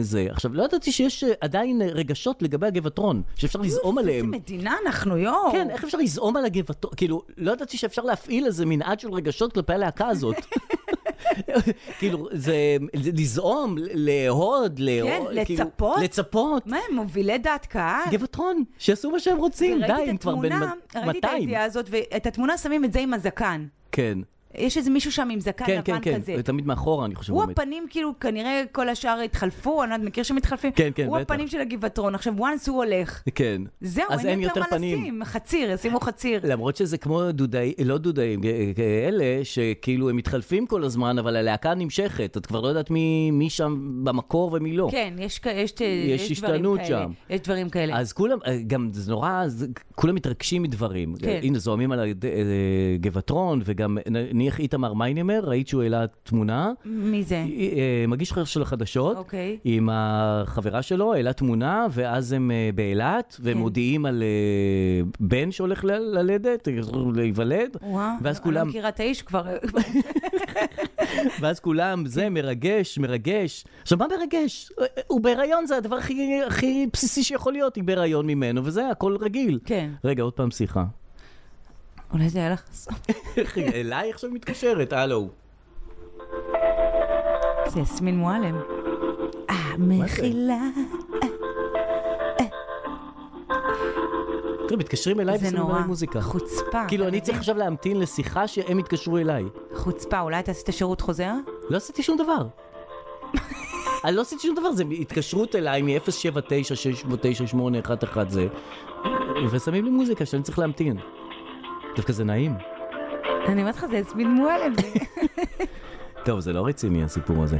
S2: זה. עכשיו, לא ידעתי שיש אה, עדיין אה, רגשות לגבי הגבעטרון,
S3: לא,
S2: שאפשר לזעום
S3: איזה
S2: עליהם.
S3: מדינה אנחנו, יואו.
S2: כן, איך אפשר לזעום על הגבעתו? כאילו, לא ידעתי שאפשר להפעיל איזה מנעד של רגשות כלפי הלהקה הזאת. כאילו, זה זה לזעום, לאהוד, לאהוד,
S3: כן,
S2: כאילו,
S3: לצפות?
S2: לצפות.
S3: מה הם, מובילי דעת קהל?
S2: גבעתרון, שיעשו מה שהם רוצים, די,
S3: אה. וראיתי
S2: הם
S3: כן, את
S2: כבר בין
S3: התמונה,
S2: מ-
S3: ראיתי את
S2: 200.
S3: הידיעה הזאת, ואת התמונה שמים את זה עם הזקן.
S2: כן.
S3: יש איזה מישהו שם עם זקן
S2: כן,
S3: לבן
S2: כן, כן,
S3: כזה.
S2: זה תמיד מאחורה, אני חושב.
S3: הוא
S2: עומד.
S3: הפנים, כאילו, כנראה כל השאר התחלפו, אני לא יודעת, מכיר שמתחלפים?
S2: כן, כן,
S3: הוא
S2: בטח.
S3: הפנים של הגבעתרון. עכשיו, once הוא הולך,
S2: כן.
S3: זהו,
S2: אז
S3: אין יותר מה לשים. חציר,
S2: לא.
S3: ישימו חציר.
S2: למרות שזה כמו דודאים, לא דודאים, אלה שכאילו הם מתחלפים כל הזמן, אבל הלהקה נמשכת. את כבר לא יודעת מי, מי שם במקור ומי לא.
S3: כן, יש, כ- יש, יש,
S2: יש
S3: דברים
S2: השתנות
S3: כאלה.
S2: שם.
S3: יש דברים כאלה.
S2: אז כולם, אה, גם זה נורא, זה- כולם מתרגשים מדברים.
S3: כן.
S2: הנה, זוהמים על הד- אה, גבעתרון, וגם נניח איתמר מיינמר, ראית שהוא העלה תמונה.
S3: מי זה?
S2: אה, מגיש חבר של החדשות,
S3: כן. אוקיי.
S2: עם החברה שלו, העלה תמונה, ואז הם אה, באילת, והם
S3: כן.
S2: מודיעים על אה, בן שהולך ל- ללדת, להיוולד,
S3: וואו,
S2: ואז
S3: אני
S2: כולם,
S3: לא מכירה את האיש כבר.
S2: ואז כולם, זה מרגש, מרגש. עכשיו, מה מרגש? אה, אה, הוא בהיריון, זה הדבר הכי, הכי בסיסי שיכול להיות, היא בהיריון ממנו, וזה, הכל רגיל.
S3: כן.
S2: רגע, עוד פעם שיחה.
S3: אולי זה היה לך סוף.
S2: איך היא- אליי עכשיו מתקשרת, הלו.
S3: זה יסמין מועלם. אה, מחילה.
S2: תראה, מתקשרים אליי
S3: זה
S2: ושמים
S3: נורא.
S2: עליי מוזיקה.
S3: חוצפה.
S2: כאילו,
S3: אתה
S2: אני צריך
S3: מבין?
S2: עכשיו להמתין לשיחה שהם יתקשרו אליי.
S3: חוצפה, אולי אתה עשית שירות חוזר?
S2: לא עשיתי שום דבר. אני לא עשיתי שום דבר, זה התקשרות אליי מ-079-698-11 זה, ושמים לי מוזיקה שאני צריך להמתין. דווקא זה נעים.
S3: אני אומרת לך, זה יסמין מועלם. זה-
S2: טוב, זה לא רציני הסיפור הזה.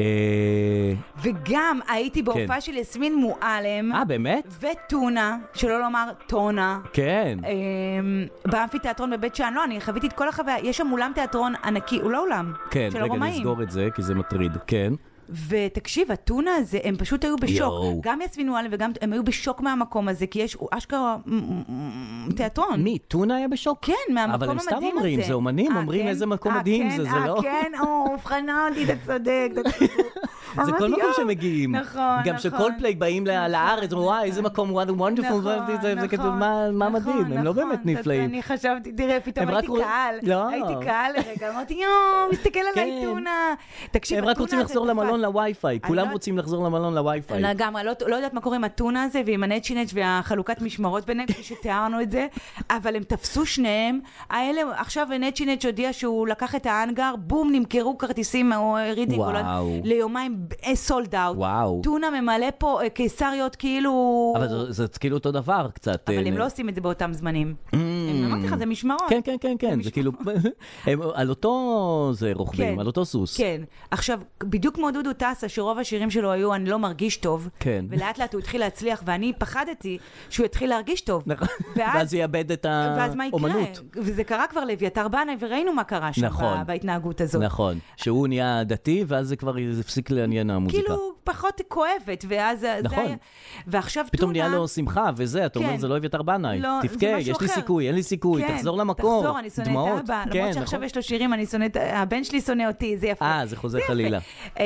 S2: אה,
S3: וגם הייתי בהופעה של יסמין מועלם
S2: כן. אה, באמת?
S3: וטונה, שלא לומר טונה.
S2: כן.
S3: אמ, באמפי תיאטרון בבית שאן, לא, אני חוויתי את כל החוויה, יש שם אולם תיאטרון ענקי, הוא לא אולם,
S2: כן,
S3: של
S2: רגע,
S3: הרומאים.
S2: נסגור את זה, כי זה מטריד. כן.
S3: ותקשיב, הטונה הזה, הם פשוט היו בשוק.
S2: יואו.
S3: גם יסמין מועלם וגם, הם היו בשוק מהמקום הזה, כי יש, הוא אשכרה מ- מ- מ- תיאטרון.
S2: מי, טונה היה בשוק?
S3: כן, מהמקום
S2: אבל
S3: המדהים
S2: הם
S3: הזה.
S2: סתם אומרים, זה אומנים,
S3: אה,
S2: אומרים
S3: כן?
S2: איזה מקום
S3: אה,
S2: מדהים
S3: כן?
S2: זה, זה
S3: אה,
S2: לא-
S3: כן, או, אבחנה אותי, אתה צודק. אתה צודק.
S2: זה
S3: אמרתי,
S2: כל מקום
S3: יואו.
S2: שמגיעים.
S3: נכון,
S2: גם
S3: נכון.
S2: שכל פליי באים ל- לארץ, וואי, איזה מקום וונדרפול,
S3: נכון,
S2: זה
S3: נכון,
S2: כתוב, מה מה
S3: נכון,
S2: מדהים, הם לא
S3: נכון.
S2: באמת
S3: אתה יודע,
S2: נפלאים.
S3: אני חשבתי, תראה, פתאום
S2: הם רק
S3: הייתי
S2: רוצ-
S3: קהל,
S2: לא.
S3: הייתי קהל לרגע, אמרתי, יואו, מסתכל עליי
S2: כן.
S3: טונה. תקשיב,
S2: הם רק רוצים
S3: הטונה הזה
S2: לחזור
S3: תפס.
S2: למלון לווי-פיי, כולם
S3: לא-
S2: רוצים לחזור למלון לווי-פיי.
S3: לגמרי, לא, לא יודעת מה קורה עם הטונה הזה ועם הנצ'ינץ' והחלוקת משמרות ביניהם, כפי שתיארנו את זה, אבל הם תפסו שניהם. האלה, עכשיו הנצ'ינץ' הודיע שהוא לקח את ההאנגר, בום, נמכרו כרטיסים, או רידינג, או לא-
S2: וואו.
S3: ליומיים סולד אאוט.
S2: וואו.
S3: טונה ממלא פה אה, קיסריות כאילו...
S2: אבל זה- זה כאילו אותו דבר קצת.
S3: אבל
S2: אה,
S3: הם לא עושים את זה באותם זמנים. הם- אמרתי לך, זה משמרות.
S2: Mm. כן, כן, כן, כן, זה כאילו, הם על אותו זה רוכבים,
S3: כן.
S2: על אותו סוס.
S3: כן. עכשיו, בדיוק כמו דודו טסה, שרוב השירים שלו היו "אני לא מרגיש טוב",
S2: כן.
S3: ולאט לאט הוא התחיל להצליח, ואני פחדתי שהוא יתחיל להרגיש טוב.
S2: נכון.
S3: ואז-
S2: ואז יאבד את
S3: ואז מה יקרה?
S2: האומנות.
S3: וזה קרה כבר לאביתר בנאי, וראינו מה קרה שם
S2: נכון.
S3: ב- בהתנהגות הזאת.
S2: נכון, שהוא נהיה דתי, ואז זה כבר הפסיק לעניין המוזיקה.
S3: כאילו, פחות כואבת, ואז זה
S2: נכון.
S3: היה... ועכשיו טונה...
S2: פתאום נהיה לו שמחה וזה, אתה אומר,
S3: כן.
S2: זה לא אביתר בנאי.
S3: לא, זה
S2: תבכה,
S3: משהו
S2: יש לי
S3: אחר.
S2: סיכוי, אין לי סיכוי,
S3: כן,
S2: תחזור למקור.
S3: תחזור, אני שונא
S2: דמעות.
S3: את אבא.
S2: כן,
S3: למרות שעכשיו
S2: נכון.
S3: יש לו שירים, אני שונא את... הבן שלי שונא אותי, זה יפה.
S2: אה, זה חוזר
S3: יפה.
S2: חלילה.
S3: אמ,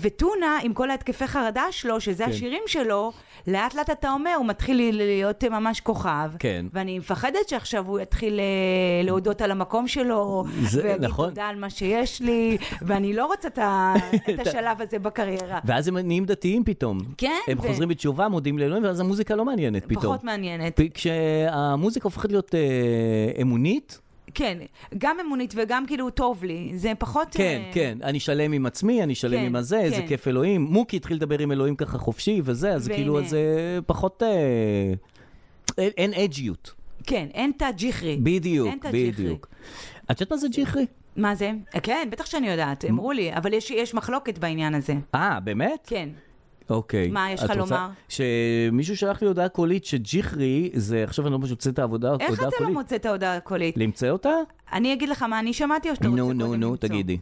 S3: וטונה, עם כל ההתקפי חרדה שלו,
S2: כן.
S3: שזה השירים שלו, לאט לאט אתה אומר, הוא מתחיל ל- להיות אה, ממש כוכב.
S2: כן.
S3: ואני מפחדת שעכשיו הוא יתחיל אה, להודות על המקום שלו,
S2: זה-
S3: ויגיד
S2: נכון.
S3: תודה על מה שיש לי, ואני לא רוצה את ה- את השלב הזה בקריירה.
S2: ואז הם נהיים דתיים פתאום.
S3: כן,
S2: הם
S3: ו-
S2: חוזרים בתשובה, מודים לאלוהים, ואז המוזיקה לא מעניינת פתאום.
S3: פחות מעניינת.
S2: פ- כשהמוזיקה הופכת להיות אה, אמונית,
S3: כן, גם אמונית וגם כאילו טוב לי. זה פחות...
S2: כן,
S3: אה,
S2: כן, אני שלם עם עצמי, אני שלם
S3: כן,
S2: עם הזה, איזה
S3: כן.
S2: כיף אלוהים. מוקי התחיל לדבר עם אלוהים ככה חופשי וזה, אז
S3: והנה.
S2: כאילו, אז זה פחות... אה, אין- אין אג'יות.
S3: כן, אין את הג'יחרי. אין
S2: בדיוק,
S3: את הג'יחרי.
S2: בדיוק. את יודעת מה זה ג'יחרי?
S3: מה זה? אה, כן, בטח שאני יודעת, אמרו לי, אבל יש, יש מחלוקת בעניין הזה.
S2: אה, באמת?
S3: כן.
S2: אוקיי.
S3: מה יש לך
S2: את רוצה-
S3: לומר?
S2: שמישהו שלח לי הודעה קולית שג'יחרי זה, עכשיו אני לא מוצא את העבודה, הודעה
S3: איך
S2: קולית.
S3: אתה לא מוצא את ההודעה הקולית?
S2: למצוא אותה?
S3: אני אגיד לך מה אני שמעתי, או שאתה רוצה
S2: נו,
S3: קודם
S2: נו, נו,
S3: למצוא?
S2: תגידי.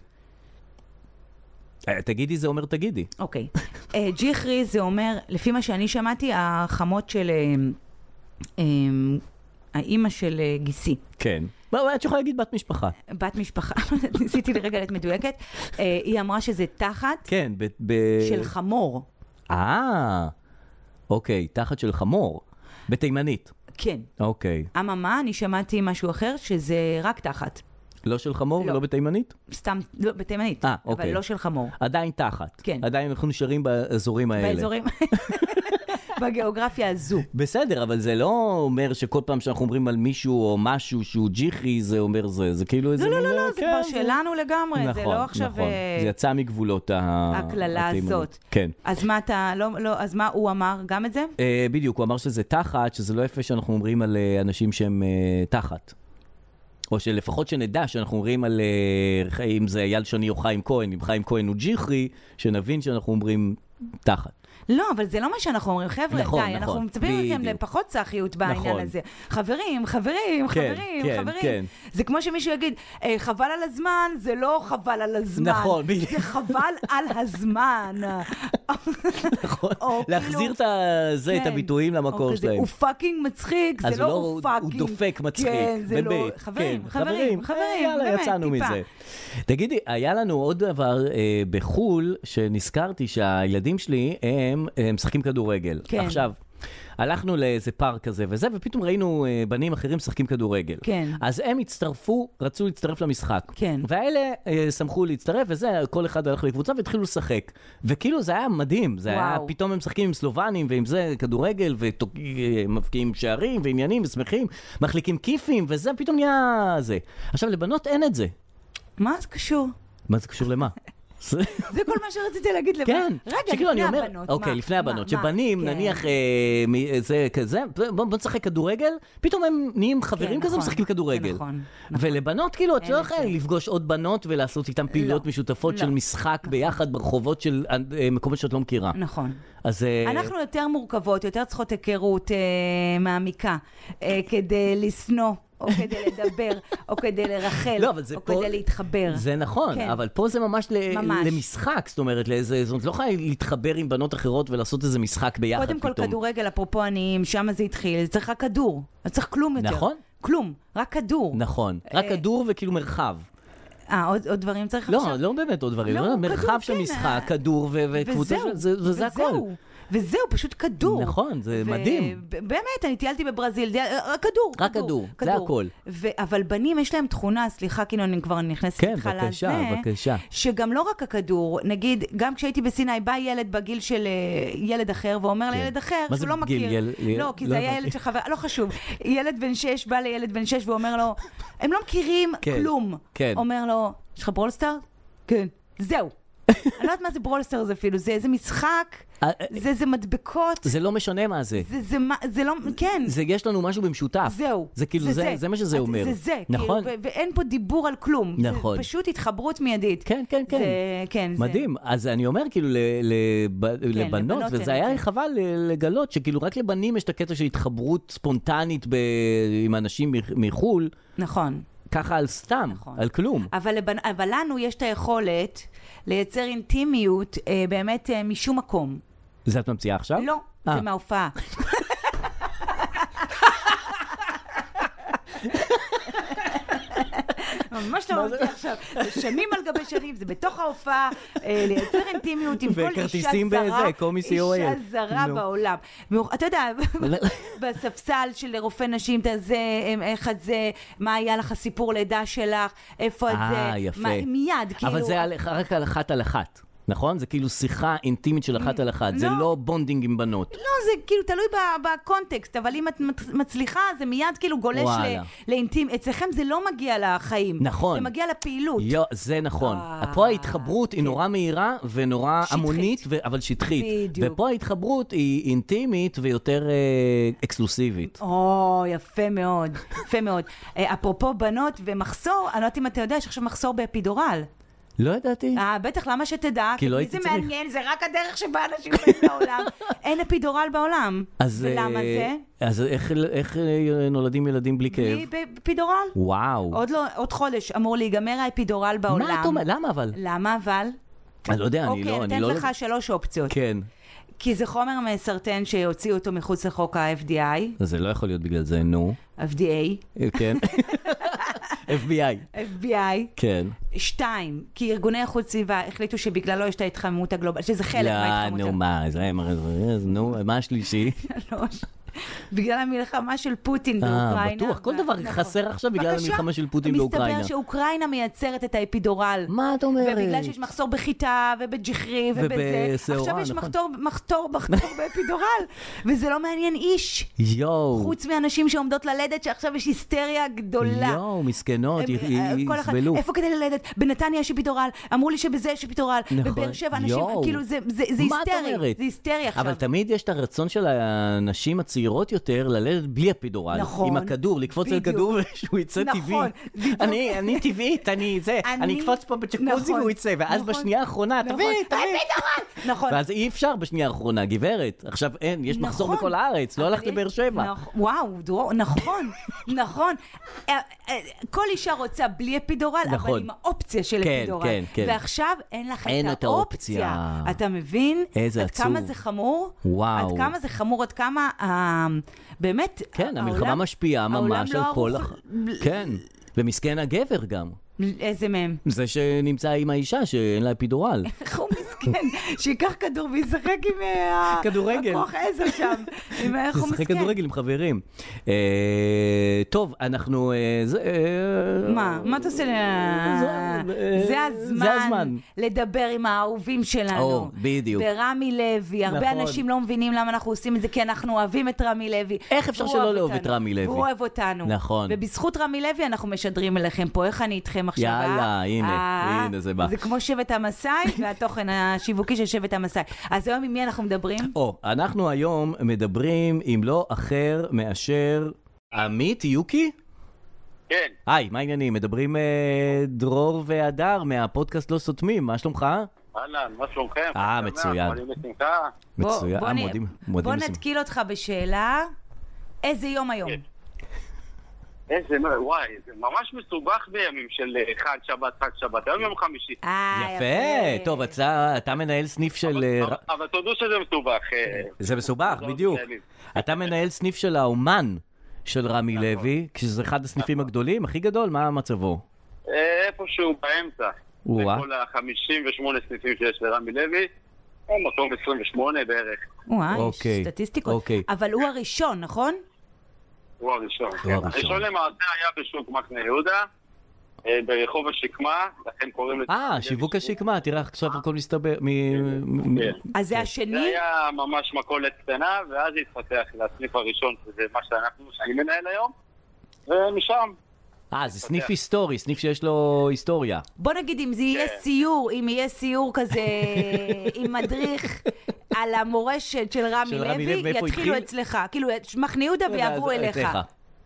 S2: אה, תגידי זה אומר תגידי.
S3: אוקיי. אה, ג'יחרי זה אומר, לפי מה שאני שמעתי, החמות של... אה, אה, האימא של אה, גיסי,
S2: כן. מה, אבל את יכולה להגיד בת משפחה.
S3: בת משפחה, ניסיתי לרגע להיות מדויקת, אה, היא אמרה שזה תחת
S2: כן, ב... ב-
S3: של חמור.
S2: אה, אוקיי, תחת של חמור. בתימנית.
S3: כן.
S2: אוקיי.
S3: אממה, אני שמעתי משהו אחר, שזה רק תחת.
S2: לא של חמור
S3: לא.
S2: ולא בתימנית?
S3: סתם, לא, בתימנית.
S2: אה, אוקיי.
S3: אבל לא של חמור.
S2: עדיין תחת.
S3: כן.
S2: עדיין אנחנו נשארים באזורים האלה.
S3: באזורים, בגיאוגרפיה הזו.
S2: בסדר, אבל זה לא אומר שכל פעם שאנחנו אומרים על מישהו או משהו שהוא ג'יחי, זה אומר זה, זה כאילו איזה...
S3: לא, לא,
S2: מין,
S3: לא,
S2: אה,
S3: לא, זה
S2: כן,
S3: כבר שלנו לגמרי, זה
S2: נכון,
S3: לא עכשיו...
S2: נכון.
S3: אה,
S2: זה יצא מגבולות ה-
S3: הקללה
S2: התימנות.
S3: הזאת.
S2: כן.
S3: אז מה אתה, לא, לא, אז מה הוא אמר? גם את זה?
S2: אה, בדיוק, הוא אמר שזה תחת, שזה לא יפה שאנחנו אומרים על אה, אנשים שהם אה, תחת. או שלפחות שנדע שאנחנו אומרים על אה, אם זה אייל שני או חיים כהן, אם חיים כהן הוא ג'יחרי, שנבין שאנחנו אומרים תחת.
S3: לא, אבל זה לא מה שאנחנו אומרים, חבר'ה,
S2: נכון,
S3: די, אנחנו
S2: נכון,
S3: מצפים מכם
S2: בדיוק.
S3: לפחות סאחיות בעניין
S2: נכון.
S3: הזה. חברים, חברים,
S2: כן,
S3: חברים,
S2: כן,
S3: חברים.
S2: כן.
S3: זה כמו שמישהו יגיד, "אה, חבל על הזמן, זה לא חבל על הזמן.
S2: נכון, בדיוק.
S3: זה חבל על הזמן.
S2: נכון?
S3: או
S2: להחזיר
S3: כאילו-
S2: את ה- זה, את
S3: כן.
S2: הביטויים
S3: או
S2: למקור
S3: כזה,
S2: שלהם.
S3: הוא פאקינג מצחיק,
S2: אז
S3: זה לא
S2: לא,
S3: הוא
S2: הוא-
S3: פאקינג.
S2: הוא דופק מצחיק,
S3: כן, זה לא-
S2: באמת.
S3: חברים,
S2: כן,
S3: חברים,
S2: אה,
S3: חברים,
S2: יאללה,
S3: באמת,
S2: יצאנו
S3: טיפה.
S2: מזה. תגידי, היה לנו עוד דבר אה, בחו"ל, שנזכרתי שהילדים שלי, הם אה, משחקים כדורגל.
S3: כן.
S2: עכשיו... הלכנו לאיזה פארק כזה וזה, ופתאום ראינו אה, בנים אחרים משחקים כדורגל.
S3: כן.
S2: אז הם הצטרפו, רצו להצטרף למשחק.
S3: כן.
S2: והאלה אה, שמחו להצטרף, וזה, כל אחד הלך לקבוצה והתחילו לשחק. וכאילו זה היה מדהים, זה היה,
S3: וואו.
S2: פתאום הם משחקים עם סלובנים ועם זה, כדורגל, ומבקיעים שערים ועניינים ושמחים, מחליקים כיפים וזה, פתאום נהיה זה. עכשיו, לבנות אין את זה.
S3: מה זה קשור?
S2: מה זה קשור למה?
S3: זה כל מה שרציתי להגיד לבנות.
S2: כן,
S3: רגע,
S2: שכאילו,
S3: לפני
S2: אני אומר-
S3: הבנות.
S2: אוקיי,
S3: מה-
S2: לפני
S3: מה-
S2: הבנות,
S3: מה-
S2: שבנים,
S3: כן.
S2: נניח, אה, מ- זה כזה, בוא בוא נשחק כדורגל, פתאום הם נהיים חברים כזה,
S3: נכון,
S2: משחקים
S3: זה
S2: כדורגל.
S3: נכון, נכון.
S2: ולבנות, כאילו, את
S3: אין
S2: לא
S3: את
S2: יכולה
S3: זה.
S2: לפגוש עוד בנות ולעשות איתן פעילויות
S3: לא,
S2: משותפות
S3: לא.
S2: של משחק ביחד ברחובות של אה, מקומות שאת לא מכירה.
S3: נכון.
S2: אז... אה,
S3: אנחנו יותר מורכבות, יותר צריכות היכרות אה, מעמיקה, אה, כדי לשנוא, או כדי לדבר, או כדי לרחל,
S2: לא, אבל זה
S3: כן, או
S2: פה-
S3: כדי להתחבר.
S2: זה נכון,
S3: כן.
S2: אבל פה זה ממש, ל-
S3: ממש.
S2: למשחק, זאת אומרת, לאיזה, זאת אומרת, לא יכולה להתחבר עם בנות אחרות ולעשות איזה משחק ביחד
S3: קודם
S2: פתאום.
S3: כל כדורגל, אפרופו עניים, שם זה התחיל, צריך רק כדור, לא צריך כלום יותר.
S2: נכון.
S3: כלום, רק כדור.
S2: נכון, רק
S3: אה,
S2: כדור וכאילו מרחב.
S3: אה, עוד, עוד דברים צריך
S2: לא,
S3: עכשיו?
S2: לא באמת עוד דברים,
S3: לא,
S2: לא,
S3: כדור,
S2: מרחב של
S3: כן,
S2: משחק,
S3: אה,
S2: כדור ו- וקבוצה,
S3: וזהו,
S2: של- זה- וזה הכל.
S3: וזהו, וזהו, פשוט כדור.
S2: נכון, זה
S3: ו-
S2: מדהים.
S3: ב- באמת, אני טיילתי בברזיל, די- רק כדור.
S2: רק כדור, זה הכל.
S3: ו- אבל בנים, יש להם תכונה, סליחה, כאילו אני כבר נכנסת
S2: כן,
S3: איתך לזה.
S2: בבקשה, בבקשה.
S3: שגם לא רק הכדור, נגיד, גם כשהייתי בסיני, בא ילד בגיל של אה, ילד אחר, ואומר לילד אחר,
S2: כן. מה זה
S3: שהוא לא
S2: בגיל?
S3: מכיר.
S2: יל- יל-
S3: לא, כי
S2: לא
S3: זה היה
S2: הבנתי.
S3: ילד של חבר, לא חשוב. ילד בן שש בא לילד בן שש ואומר לו, הם לא מכירים
S2: כן,
S3: כלום.
S2: כן.
S3: אומר לו, יש לך ברולסטאר? כן. זהו. אני לא יודעת מה זה ברולסטרס אפילו, זה איזה משחק,
S2: אה, אה,
S3: זה זה מדבקות,
S2: זה לא משנה מה זה.
S3: זה זה מה, זה לא, כן,
S2: זה, יש לנו משהו במשותף.
S3: זהו.
S2: זה כאילו, זה, זה, מה שזה
S3: את-
S2: אומר.
S3: זה זה,
S2: נכון?
S3: כאילו, ו- ואין פה דיבור על כלום.
S2: נכון.
S3: זה פשוט התחברות מיידית.
S2: כן, כן, כן.
S3: זה- כן, זה- כן,
S2: מדהים. אז אני אומר, כאילו, ל, לב, לבנות,
S3: לבנות
S2: וזה
S3: אין את
S2: היה
S3: זה.
S2: חבל ל- לגלות שכאילו רק לבנים יש את הקטע של התחברות ספונטנית ב, עם אנשים מח- מחו"ל,
S3: נכון.
S2: ככה על סתם,
S3: נכון.
S2: על כלום.
S3: אבל, לבנ... אבל לנו יש את היכולת לייצר אינטימיות אה, באמת אה, משום מקום.
S2: זה את ממציאה עכשיו?
S3: לא,
S2: אה.
S3: זה מההופעה. ממש לא אמרתי עכשיו, זה שנים על גבי שנים, זה בתוך ההופעה, אה, לייצר אינטימיות עם כל אישה
S2: וכרטיסים
S3: זרה,
S2: באיזה, קומי
S3: אישה
S2: COIL.
S3: זרה
S2: נו.
S3: בעולם. מאוח- אתה יודע,
S2: לא.
S3: בספסל של רופא נשים, אתה זה, אה, איך את זה, מה היה לך סיפור לידה שלך, איפה את זה,
S2: אה, יפה.
S3: מה- מיד, כאילו,
S2: אבל זה על, רק על אחת על אחת, נכון? זה כאילו שיחה אינטימית של אחת על אחת, זה
S3: לא.
S2: לא בונדינג עם בנות.
S3: לא, זה כאילו תלוי ב- בקונטקסט, אבל אם את מת- מצליחה, זה מיד כאילו גולש ל-
S2: וואלה.
S3: לאינטימי. אצלכם זה לא מגיע לחיים.
S2: נכון.
S3: זה מגיע לפעילות.
S2: יו, זה נכון.
S3: אה,
S2: פה ההתחברות היא נורא מהירה ונורא
S3: שטחית.
S2: המונית, ו- אבל שטחית.
S3: בדיוק.
S2: ופה ההתחברות היא אינטימית ויותר אה, אקסקלוסיבית.
S3: או, יפה מאוד, יפה מאוד. אה, אפרופו בנות ומחסור, אני לא יודעת אם אתה יודע, יש עכשיו מחסור באפידורל.
S2: לא ידעתי.
S3: אה, בטח, למה שתדע?
S2: כי לא
S3: מי
S2: הייתי
S3: זה
S2: צריך.
S3: מעניין, זה רק הדרך שבה אנשים באים לעולם. אין אפידורל בעולם.
S2: אז,
S3: ולמה
S2: אה,
S3: זה?
S2: אז איך, איך אה, נולדים ילדים בלי כאב?
S3: בלי ב- אפידורל?
S2: וואו.
S3: עוד לא, עוד חודש אמור להיגמר האפידורל בעולם.
S2: מה את אומרת? למה אבל?
S3: למה אבל?
S2: אני לא יודע, אני
S3: אה, אוקיי,
S2: לא...
S3: אני
S2: אני
S3: נותנת
S2: לא...
S3: לך שלוש אופציות.
S2: כן.
S3: כי זה חומר מסרטן שהוציאו אותו מחוץ לחוק ה-FDI,
S2: אז זה לא יכול להיות בגלל זה, נו.
S3: FDA,
S2: כן. FBI.
S3: FBI,
S2: כן.
S3: שתיים, כי ארגוני איכות סביבה החליטו שבגללו יש את ההתחממות הגלובלית, שזה חלק
S2: לא,
S3: מההתחממות
S2: נו, מה, זה, מה, זה- נו, מה השלישי?
S3: הגלובלית. בגלל המלחמה של פוטין
S2: אה,
S3: באוקראינה.
S2: בטוח, כל
S3: ו-
S2: דבר
S3: נכון.
S2: חסר עכשיו בגלל
S3: בבקשה.
S2: המלחמה של פוטין באוקראינה.
S3: מסתבר שאוקראינה מייצרת את האפידורל.
S2: מה את אומרת?
S3: ובגלל שיש מחסור בחיטה ובג'חרי ובזה,
S2: ובשעורה,
S3: עכשיו יש
S2: נכון.
S3: מחתור, מחתור, מחתור באפידורל, וזה לא מעניין איש,
S2: יואו,
S3: חוץ מהנשים שעומדות ללדת, שעכשיו יש היסטריה גדולה.
S2: יואו, מסכנות, י-
S3: הם,
S2: י-
S3: אה, כל אחד,
S2: יסבלו.
S3: איפה כדי ללדת? בנתניה יש אפידורל, אמרו לי שבזה יש אפידורל,
S2: נכון.
S3: בבאר שבע אנשים,
S2: יואו.
S3: כאילו זה זה- זה
S2: מה את
S3: היסטרי,
S2: אומרת?
S3: זה היסטרי עכשיו.
S2: אבל תמיד יש את הרצון של הנשים הצעירות יותר ללדת בלי אפידורל.
S3: נכון.
S2: עם הכדור, לקפוץ על
S3: בדיוק.
S2: כדור ושהוא יצא
S3: נכון,
S2: טבעי.
S3: בדיוק.
S2: אני- אני טבעית, אני זה, אני אקפוץ פה בצ'קוזי
S3: נכון,
S2: והוא יצא, ואז
S3: נכון,
S2: בשנייה האחרונה,
S3: נכון.
S2: תביא, תביא.
S3: אפידורל! נכון.
S2: ואז אי אפשר בשנייה האחרונה, גברת. עכשיו אין, יש מחסור
S3: נכון.
S2: בכל הארץ, לא
S3: אבל
S2: הלכת
S3: יש-
S2: לבאר שבע.
S3: נכ- וואו, דרור, נכון, נכון. אה, אה, כל אישה רוצה בלי אפידורל, אבל
S2: נכון.
S3: עם האופציה של
S2: כן,
S3: אפידורל.
S2: כן, כן.
S3: ועכשיו אין לך
S2: אין
S3: את
S2: את האופציה.
S3: האופציה. אתה מבין?
S2: איזה
S3: עד כמה
S2: עצוב.
S3: זה חמור?
S2: וואו.
S3: עד כמה זה חמור, עד כמה... אה, באמת,
S2: כן, המלחמה
S3: העולם-
S2: משפיעה
S3: העולם
S2: ממש
S3: לא
S2: על כל...
S3: ערוך-
S2: הח- כן, ומסכן הגבר גם.
S3: איזה מהם?
S2: זה שנמצא עם האישה שאין לה אפידורל.
S3: איך הוא מסכן, שייקח כדור וישחק עם אה,
S2: כדורגל.
S3: הכוח עזר שם. עם איך הוא
S2: משחק
S3: מסכן.
S2: כדורגל עם חברים. אה, טוב, אנחנו... אה, זה, אה,
S3: מה? מה אתה עושה? ל-
S2: זה- אה,
S3: זה
S2: זה הזמן.
S3: הזמן לדבר עם האהובים
S2: או,
S3: שלנו.
S2: בדיוק.
S3: ברמי לוי. הרבה
S2: נכון.
S3: אנשים לא מבינים למה אנחנו עושים את זה, כי אנחנו אוהבים את רמי לוי.
S2: איך אפשר
S3: והוא
S2: שלא
S3: אוהב
S2: לאהוב את
S3: אותנו.
S2: רמי לוי?
S3: והוא אוהב אותנו.
S2: נכון.
S3: ובזכות רמי לוי אנחנו משדרים אליכם פה. איך אני איתכם עכשיו? אה?
S2: יאללה, הנה,
S3: אה?
S2: הנה, זה בא.
S3: זה כמו שבט המסאי והתוכן השיווקי של שבט המסאי. אז היום עם מי אנחנו מדברים?
S2: או, אנחנו היום מדברים עם לא אחר מאשר עמית יוקי?
S6: כן,
S2: היי, מה העניינים? מדברים אה, דרור והדר מהפודקאסט לא סותמים, מה שלומך?
S6: אהלן, מה שלומכם?
S2: אה,
S6: שמח,
S2: מצוין.
S6: מועדים לשמחה.
S3: בוא-
S2: מצוין,
S3: בוא
S2: אה,
S3: נ-
S2: מועדים- מועדים
S3: בוא
S2: לשים.
S3: נתקיל אותך בשאלה, איזה יום היום?
S6: כן. איזה, נו, וואי, זה ממש מסובך בימים של אה, חג שבת, חג שבת, היום יום חמישי.
S3: אה,
S2: יפה, טוב, אתה אתה מנהל סניף של... אה,
S6: אבל-
S2: ר- כן.
S6: אבל תודו שזה מסובך. אה,
S2: זה מסובך,
S6: זה
S2: בדיוק.
S6: ישראלי.
S2: אתה מנהל סניף של האומן של רמי
S6: נכון.
S2: לוי, כשזה אחד הסניפים הגדולים, הכי גדול, מה מצבו?
S6: אה, איפשהו באמצע.
S2: או-אה.
S6: בכל ה-58 סניפים שיש לרמי לוי, הוא מקום 28 בערך,
S3: וואי, יש
S2: אוקיי,
S3: סטטיסטיקות.
S2: אוקיי.
S3: אבל הוא הראשון, נכון?
S6: הוא הראשון. כן.
S2: הראשון.
S6: הראשון למעשה היה בשוק מחנה יהודה, אה, ברחוב השקמה, לכן קוראים לזה... רמי
S2: אה,
S6: לוי
S2: שיווק השקמה, תראה איך עכשיו הכל מסתבר. מ-
S6: אה. כן.
S3: אז זה
S6: זה
S3: השני?
S6: היה ממש מכולת קטנה, ואז התפתח לסניף הראשון, שזה מה שאנחנו, שאני מנהל היום, ומשם.
S2: אה, זה סניף היסטורי, סניף שיש לו היסטוריה.
S3: בוא נגיד אם זה יהיה
S6: כן.
S3: סיור, אם יהיה סיור כזה עם מדריך על המורשת של רמי
S2: של רמי לוי,
S3: לוי,
S2: מאיפה
S3: יתחילו
S2: התחיל?
S3: אצלך. כאילו, מחנה יהודה ויעברו אליך.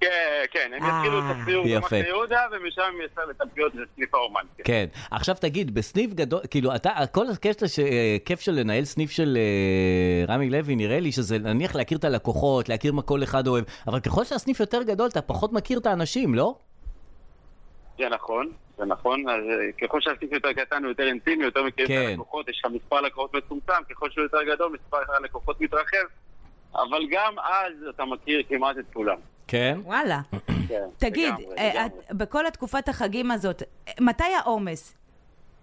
S6: כן, כן, הם
S3: אה.
S6: יתחילו את הסיור
S2: יפה.
S6: במחנה יהודה, ומשם הם יצאו לתלפיות לסניף האומן. כן.
S2: כן. עכשיו תגיד, בסניף גדול, כאילו, אתה, כל הקטע ש- אה, כיף של לנהל סניף של אה, רמי לוי, נראה לי שזה נניח להכיר את הלקוחות, להכיר מה כל אחד אוהב, אבל ככל שהסניף יותר גדול, אתה פחות מכיר את האנשים, לא?
S6: זה נכון, זה נכון. אז אה, ככל שהסניף יותר קטן הוא יותר אינטימי, יותר מכיר
S2: כן.
S6: את הלקוחות, יש לך מספר לקוחות מצומצם, ככל שהוא יותר גדול, מספר הלקוחות מתרחב, אבל גם אז אתה מכיר כמעט את כולם.
S2: כן.
S3: וואלה.
S6: כן,
S3: תגיד,
S6: לגמרי,
S3: אה,
S6: לגמרי.
S3: את- בכל התקופת החגים הזאת, אה, מתי העומס?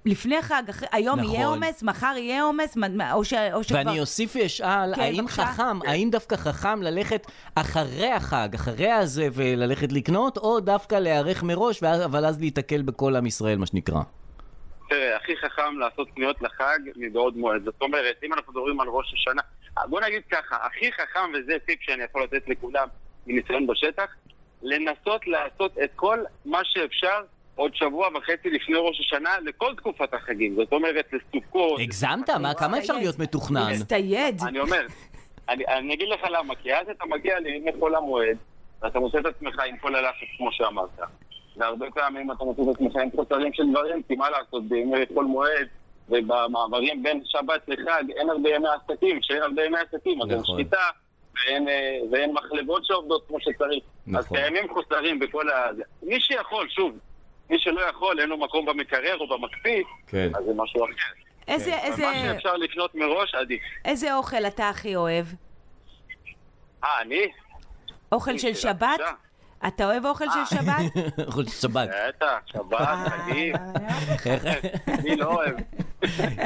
S3: לפני חג, אחרי- היום
S2: נכון.
S3: יהיה עומס, מחר יהיה עומס, מה- מה- או ש- או שכבר...
S2: ואני אוסיף ואשאל,
S3: כן,
S2: האם
S3: בבקשה.
S2: חכם, האם דווקא חכם ללכת אחרי החג, אחרי הזה וללכת לקנות, או דווקא להיערך מראש, ואז- אבל אז להיתקל בכל עם ישראל, מה שנקרא?
S6: תראה, הכי חכם לעשות קניות לחג מבעוד מועד. זאת אומרת, אם אנחנו מדברים על ראש השנה, אה, בוא נגיד ככה, הכי חכם, וזה טיפ שאני יכול לתת לכולם מניסיון בשטח, לנסות לעשות את כל מה שאפשר עוד שבוע וחצי לפני ראש השנה לכל תקופת החגים. זאת אומרת, לסוכות...
S2: הגזמת?
S3: אה,
S2: מה, כמה אפשר להיות מתוכנן?
S3: מצטייד.
S6: אני אומר, אני, אני אגיד לך למה, כי אז אתה מגיע לימי חול המועד, ואתה מוצא את עצמך עם כל הלחץ, כמו שאמרת. והרבה פעמים אתה מוצא את עצמך עם חוסרים של דברים, כי מה לעשות, בימי חול מועד, ובמעברים בין שבת לחג, אין הרבה ימי עסקים, שאין הרבה ימי עסקים, אז אין
S2: נכון.
S6: שביתה, ואין, אה, ואין מחלבות שעובדות כמו שצריך. אז
S2: נכון.
S6: קיימים חוסרים בכל ה... מי שיכול, שוב, מי שלא יכול, אין לו מקום במקרר או במקפיא,
S2: כן.
S6: אז זה משהו אחר.
S3: איזה- איזה-
S6: ומה שאפשר לקנות מראש, עדיף.
S3: איזה אוכל אתה הכי אוהב?
S6: אה, אני?
S3: אוכל של
S6: שאלה
S3: שבת?
S6: קשה.
S3: אתה אוהב אוכל של
S6: אה.
S3: שבת?
S2: חודש שבת.
S3: אה.
S6: בטח, שבת, חגים. אני לא אוהב.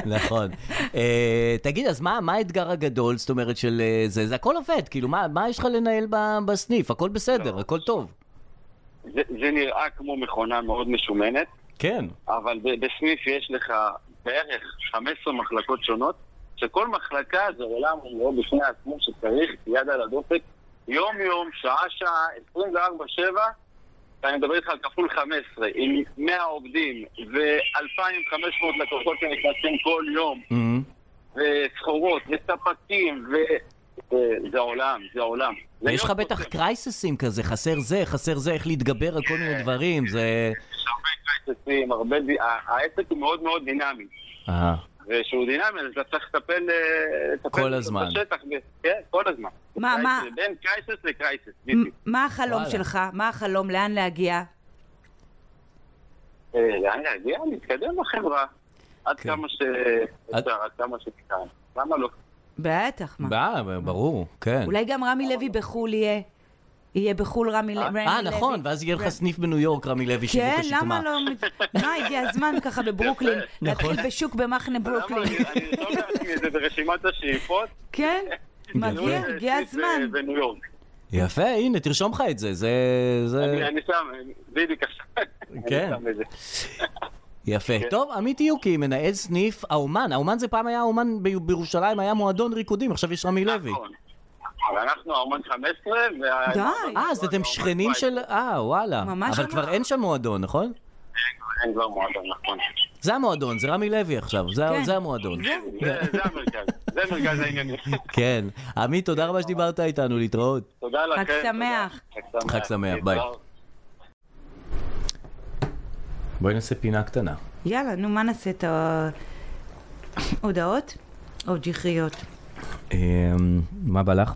S2: נכון. אה, תגיד, אז מה מה האתגר הגדול, זאת אומרת, של אה, זה? זה הכל עובד, כאילו, מה מה יש לך לנהל ב- בסניף? הכל בסדר, הכל טוב.
S6: זה, זה נראה כמו מכונה מאוד משומנת,
S2: כן.
S6: אבל ב- בסניף יש לך בערך 15 מחלקות שונות, שכל מחלקה זה עולם ומלואו בפני עצמו שצריך יד על הדופק, יום-יום, שעה-שעה, 24-7, אני מדבר איתך על כפול 15, עם 100 עובדים ו-2,500 לקוחות שנכנסים כל יום,
S2: מהמם.
S6: וסחורות, וספקים, ו... אה, זה- זה העולם, זה העולם. זה לא
S2: יש לך
S6: יום
S2: בטח
S6: קוסם.
S2: קרייססים כזה, חסר זה, חסר זה, איך להתגבר על כל מיני דברים, זה...
S6: יש הרבה קרייססים, הרבה... ד- ה- העסק הוא מאוד מאוד דינמי.
S2: אה,
S6: וכשהוא דינמי, אז אתה צריך לטפל... אה, לטפל
S2: כל
S6: בו
S2: הזמן.
S6: בשטח, ב- כן, כל הזמן.
S3: מה,
S6: קרייסס,
S3: מה?
S6: בין קרייסס לקרייסס,
S3: מ-
S6: בדיוק.
S3: מה החלום
S2: וואלה.
S3: שלך? מה החלום? לאן להגיע?
S6: אה, לאן להגיע? להתקדם בחברה. עד
S2: כן.
S6: כמה ש...
S2: עד-
S6: אפשר, עד כמה שניתן. למה לא?
S3: בטח, מה?
S2: אה, ברור, כן.
S3: אולי גם
S6: אה.
S3: רמי לוי בחו"ל יהיה. יהיה בחו"ל רמי ל- רמי לוי.
S2: אה, נכון, ואז יהיה לך סניף בניו יורק, רמי לוי, שיווק
S3: כן,
S2: השקמה.
S3: למה לא... מת- מה, הגיע הזמן ככה בברוקלין,
S2: נכון.
S3: להתחיל בשוק במחנה
S6: למה?
S3: ברוקלין.
S6: אני אני ארשום לעצמי את זה ברשימת השאיפות.
S3: כן? מגיע,
S6: זה
S3: הגיע
S6: סניף, אה,
S3: הזמן.
S6: בניו יורק.
S2: יפה, הנה, תרשום לך את זה, זה... זה...
S6: אני אני שם, בדיוק עכשיו. אני
S2: אה. כן.
S6: שם את זה.
S2: יפה. טוב, עמית יוקי, מנהל סניף האומן. האומן זה פעם היה האומן ב- בירושלים, היה מועדון ריקודים, עכשיו יש רמי לוי.
S6: נכון. אבל אנחנו האומן 15, וה...
S3: די.
S2: אה, אז אתם שכנים של... אה, וואלה.
S3: ממש
S2: אבל
S3: ממש.
S2: כבר אין שם מועדון, נכון?
S6: אין כבר מועדון, נכון.
S2: זה המועדון, זה רמי לוי עכשיו, זה-
S3: כן.
S2: זה המועדון.
S6: זה זה המרכז, זה מרכז העניינים.
S2: כן. עמית, תודה רבה שדיברת איתנו, להתראות.
S6: תודה לכם.
S3: חג שמח.
S6: תודה.
S2: חג שמח, ביי.
S6: להתראות.
S2: בואי נעשה פינה קטנה.
S3: יאללה, נו, מה נעשה את ההודעות? או ג'יחריות.
S2: אמ, מה בא לך?